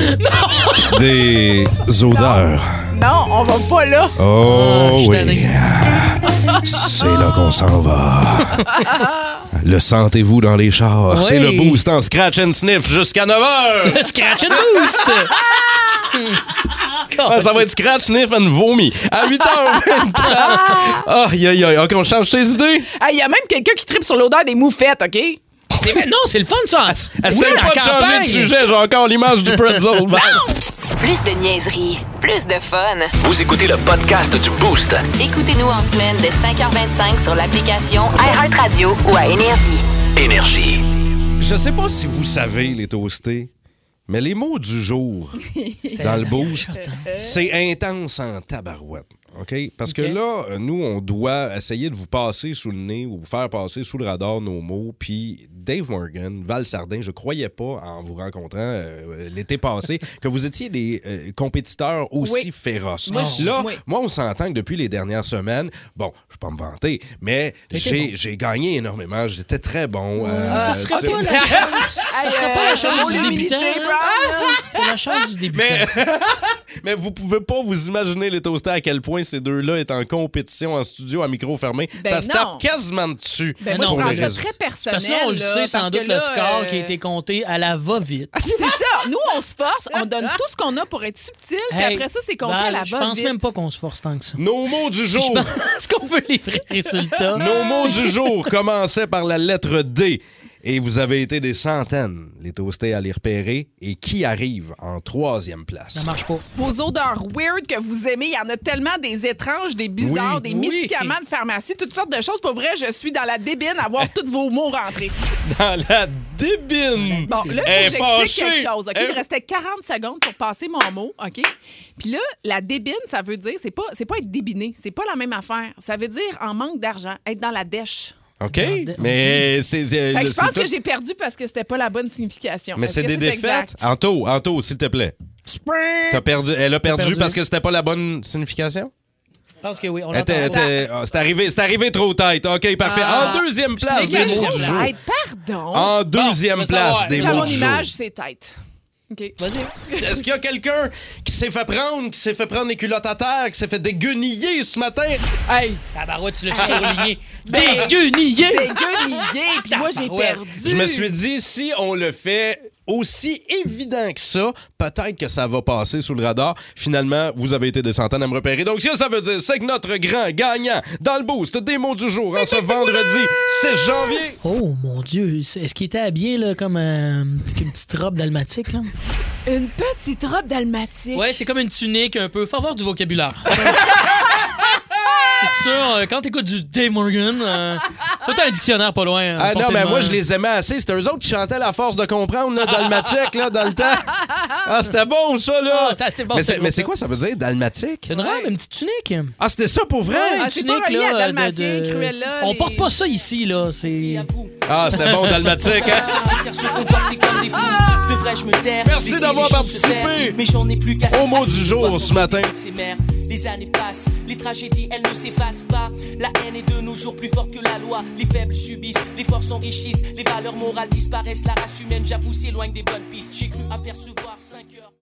Speaker 3: des odeurs.
Speaker 5: Non, on va pas là.
Speaker 3: Oh oui. C'est là qu'on s'en va. Le sentez-vous dans les chars.
Speaker 4: Oui.
Speaker 3: C'est le boost en scratch and sniff jusqu'à 9 h.
Speaker 4: Le scratch and boost.
Speaker 3: Ah, ça va être scratch, sniff and vomi. À 8 h Ah, aïe, aïe, aïe. OK, on change tes idées.
Speaker 5: Ah, Il y a même quelqu'un qui tripe sur l'odeur des moufettes, OK?
Speaker 4: C'est- Non, c'est le fun, ça.
Speaker 3: Essaye
Speaker 4: Oui, en
Speaker 3: pas de changer
Speaker 4: campagne.
Speaker 3: de sujet. J'ai encore l'image du pretzel. Val.
Speaker 2: Plus de niaiserie, plus de fun.
Speaker 1: Vous écoutez le podcast du Boost.
Speaker 2: Écoutez-nous en semaine de 5h25 sur l'application iHeartRadio ou à Énergie.
Speaker 1: Énergie.
Speaker 3: Je sais pas si vous savez, les toastés, mais les mots du jour dans le boost,
Speaker 5: Euh.
Speaker 3: c'est intense en tabarouette. OK? Parce que là, euh, nous, on doit essayer de vous passer sous le nez ou vous faire passer sous le radar nos mots. Puis Dave Morgan, Val Sardin, je croyais pas en vous rencontrant euh, l'été passé que vous étiez des euh, compétiteurs aussi
Speaker 5: Oui.
Speaker 3: féroces.
Speaker 5: Moi, je-
Speaker 3: là,
Speaker 5: oui.
Speaker 3: moi, on s'entend que depuis les dernières semaines, bon, je peux pas me vanter, mais j'ai j'ai gagné énormément. J'étais très bon. euh,
Speaker 5: Ah,
Speaker 4: Ça sera
Speaker 3: tu sais.
Speaker 4: pas la chance. Ça sera pas la
Speaker 5: Euh,
Speaker 4: chance
Speaker 5: mon
Speaker 4: du
Speaker 5: humilité,
Speaker 4: débutant.
Speaker 5: Brown, là. Ah!
Speaker 4: C'est la chance du débutant.
Speaker 3: Mais, mais vous pouvez pas vous imaginer les toastés à quel point ces deux-là est en compétition en studio à micro fermé.
Speaker 5: Ben
Speaker 3: ça se
Speaker 5: non.
Speaker 3: tape quasiment dessus.
Speaker 5: Ben, moi,
Speaker 4: non,
Speaker 5: je
Speaker 3: pour
Speaker 5: prends
Speaker 3: les
Speaker 5: ça
Speaker 3: réseaux.
Speaker 5: très personnel.
Speaker 4: Parce que là, on le
Speaker 5: là,
Speaker 4: sait sans
Speaker 5: parce
Speaker 4: doute
Speaker 5: que
Speaker 4: le
Speaker 5: là,
Speaker 4: score
Speaker 5: euh,
Speaker 4: qui a été compté à la va-vite.
Speaker 5: C'est ça. Nous, on se force, on donne tout ce qu'on a pour être subtil, puis
Speaker 4: Hey,
Speaker 5: après ça, c'est compris
Speaker 4: Val,
Speaker 5: à la
Speaker 4: Je pense
Speaker 5: bonne.
Speaker 4: même pas qu'on se force tant que ça.
Speaker 3: Nos mots du jour.
Speaker 4: Est-ce qu'on veut les vrais résultats?
Speaker 3: Nos mots du jour commençaient par la lettre D. Et vous avez été des centaines, les toastés, à les repérer. Et qui arrive en troisième place?
Speaker 4: Ça marche pas.
Speaker 5: Vos odeurs weird que vous aimez, il y en a tellement des étranges, des bizarres,
Speaker 4: Oui,
Speaker 5: des
Speaker 4: oui.
Speaker 5: médicaments de pharmacie, toutes sortes de choses. Pour vrai, je suis dans la débine à voir tous vos mots rentrer.
Speaker 3: Dans la débine!
Speaker 5: Bon, là,
Speaker 3: Elle
Speaker 5: il
Speaker 3: est
Speaker 5: faut que j'explique
Speaker 3: fâchée.
Speaker 5: quelque chose. OK?
Speaker 3: Elle-
Speaker 5: Il restait 40 secondes pour passer mon mot. OK? Puis là, la débine, ça veut dire, c'est pas, c'est pas être débiné, c'est pas la même affaire. Ça veut dire en manque d'argent, être dans la dèche.
Speaker 3: OK? Mais c'est. c'est-
Speaker 5: Fait que je
Speaker 3: c'est
Speaker 5: pense
Speaker 3: tout.
Speaker 5: que j'ai perdu parce que c'était pas la bonne
Speaker 4: Ah,
Speaker 5: signification.
Speaker 3: Mais
Speaker 5: Est-ce
Speaker 3: c'est
Speaker 5: que
Speaker 3: des défaites.
Speaker 5: exact?
Speaker 3: Anto, Anto, s'il te plaît. T'as perdu. Elle a perdu,
Speaker 4: perdu.
Speaker 3: parce que c'était pas la bonne signification?
Speaker 4: Je pense que oui. On
Speaker 3: Elle était-
Speaker 4: l'entend.
Speaker 3: était- ah, C'est arrivé, c'est arrivé trop tête. OK, parfait.
Speaker 4: Ah.
Speaker 3: en deuxième place,
Speaker 4: Je l'ai
Speaker 3: des
Speaker 4: écrit
Speaker 3: mots
Speaker 4: trop
Speaker 3: du jour. Ah,
Speaker 5: Hey, pardon.
Speaker 3: En deuxième
Speaker 4: on va
Speaker 3: place,
Speaker 4: savoir.
Speaker 3: des
Speaker 5: Dans
Speaker 3: mots
Speaker 5: mon
Speaker 3: du jour.
Speaker 5: image, c'est tête. OK.
Speaker 4: Vas-y.
Speaker 3: Est-ce qu'il y a quelqu'un qui s'est fait prendre, qui s'est fait prendre les culottes à terre, qui s'est fait dégueniller ce matin?
Speaker 5: Hey,
Speaker 4: Tabarouette, tu l'as
Speaker 5: Ah.
Speaker 4: surligné.
Speaker 5: Ben.
Speaker 4: Déguenillé!
Speaker 5: dégueulillé, puis moi, j'ai
Speaker 4: Tabarouette.
Speaker 5: perdu.
Speaker 3: Je me suis dit, si on le fait aussi évident que ça, peut-être que ça va passer sous le radar. Finalement, vous avez été des centaines à me repérer. Donc, ce que ça veut dire, c'est que notre grand gagnant dans le boost des mots du jour en ce vendredi 6 janvier.
Speaker 4: Oh mon Dieu, est-ce qu'il était habillé là, comme euh, une petite robe dalmatique? Là?
Speaker 5: Une petite robe dalmatique.
Speaker 4: Ouais, c'est comme une tunique un peu. Faut avoir du vocabulaire. C'est sûr, euh, quand t'écoutes du Dave Morgan, euh, faut t'as un dictionnaire pas loin.
Speaker 3: Ah non,
Speaker 4: portée
Speaker 3: mais
Speaker 4: de
Speaker 3: moi,
Speaker 4: main.
Speaker 3: je les aimais assez. C'était eux autres qui chantaient la force de comprendre, là, dalmatique, là, dans le temps. Ah, c'était bon, ça, là.
Speaker 4: Ah, ça, c'est bon,
Speaker 3: mais
Speaker 4: c'est
Speaker 3: c'est,
Speaker 4: bon,
Speaker 3: mais
Speaker 4: ça.
Speaker 3: c'est quoi ça veut dire, dalmatique?
Speaker 4: C'est une robe, une petite tunique.
Speaker 3: Ah, c'était ça pour vrai?
Speaker 5: Ah,
Speaker 4: Une
Speaker 5: c'est pas relié à Dalmatien, Cruella,
Speaker 4: On
Speaker 5: les-
Speaker 4: porte pas ça ici, là. C'est.
Speaker 3: Ah, c'était bon, dalmatique, hein?
Speaker 14: Devrais-je me taire
Speaker 3: Merci
Speaker 14: Laisser
Speaker 3: d'avoir
Speaker 14: les choses se
Speaker 3: participé
Speaker 14: faire, Mais j'en ai plus qu'à
Speaker 3: au mot du jour ce matin.
Speaker 14: Les années passent, les tragédies elles ne s'effacent pas. La haine est de nos jours plus forte que la loi. Les faibles subissent, les forces s'enrichissent, les valeurs morales disparaissent. La race humaine, j'avoue, s'éloigne des bonnes pistes. J'ai cru apercevoir 5 heures.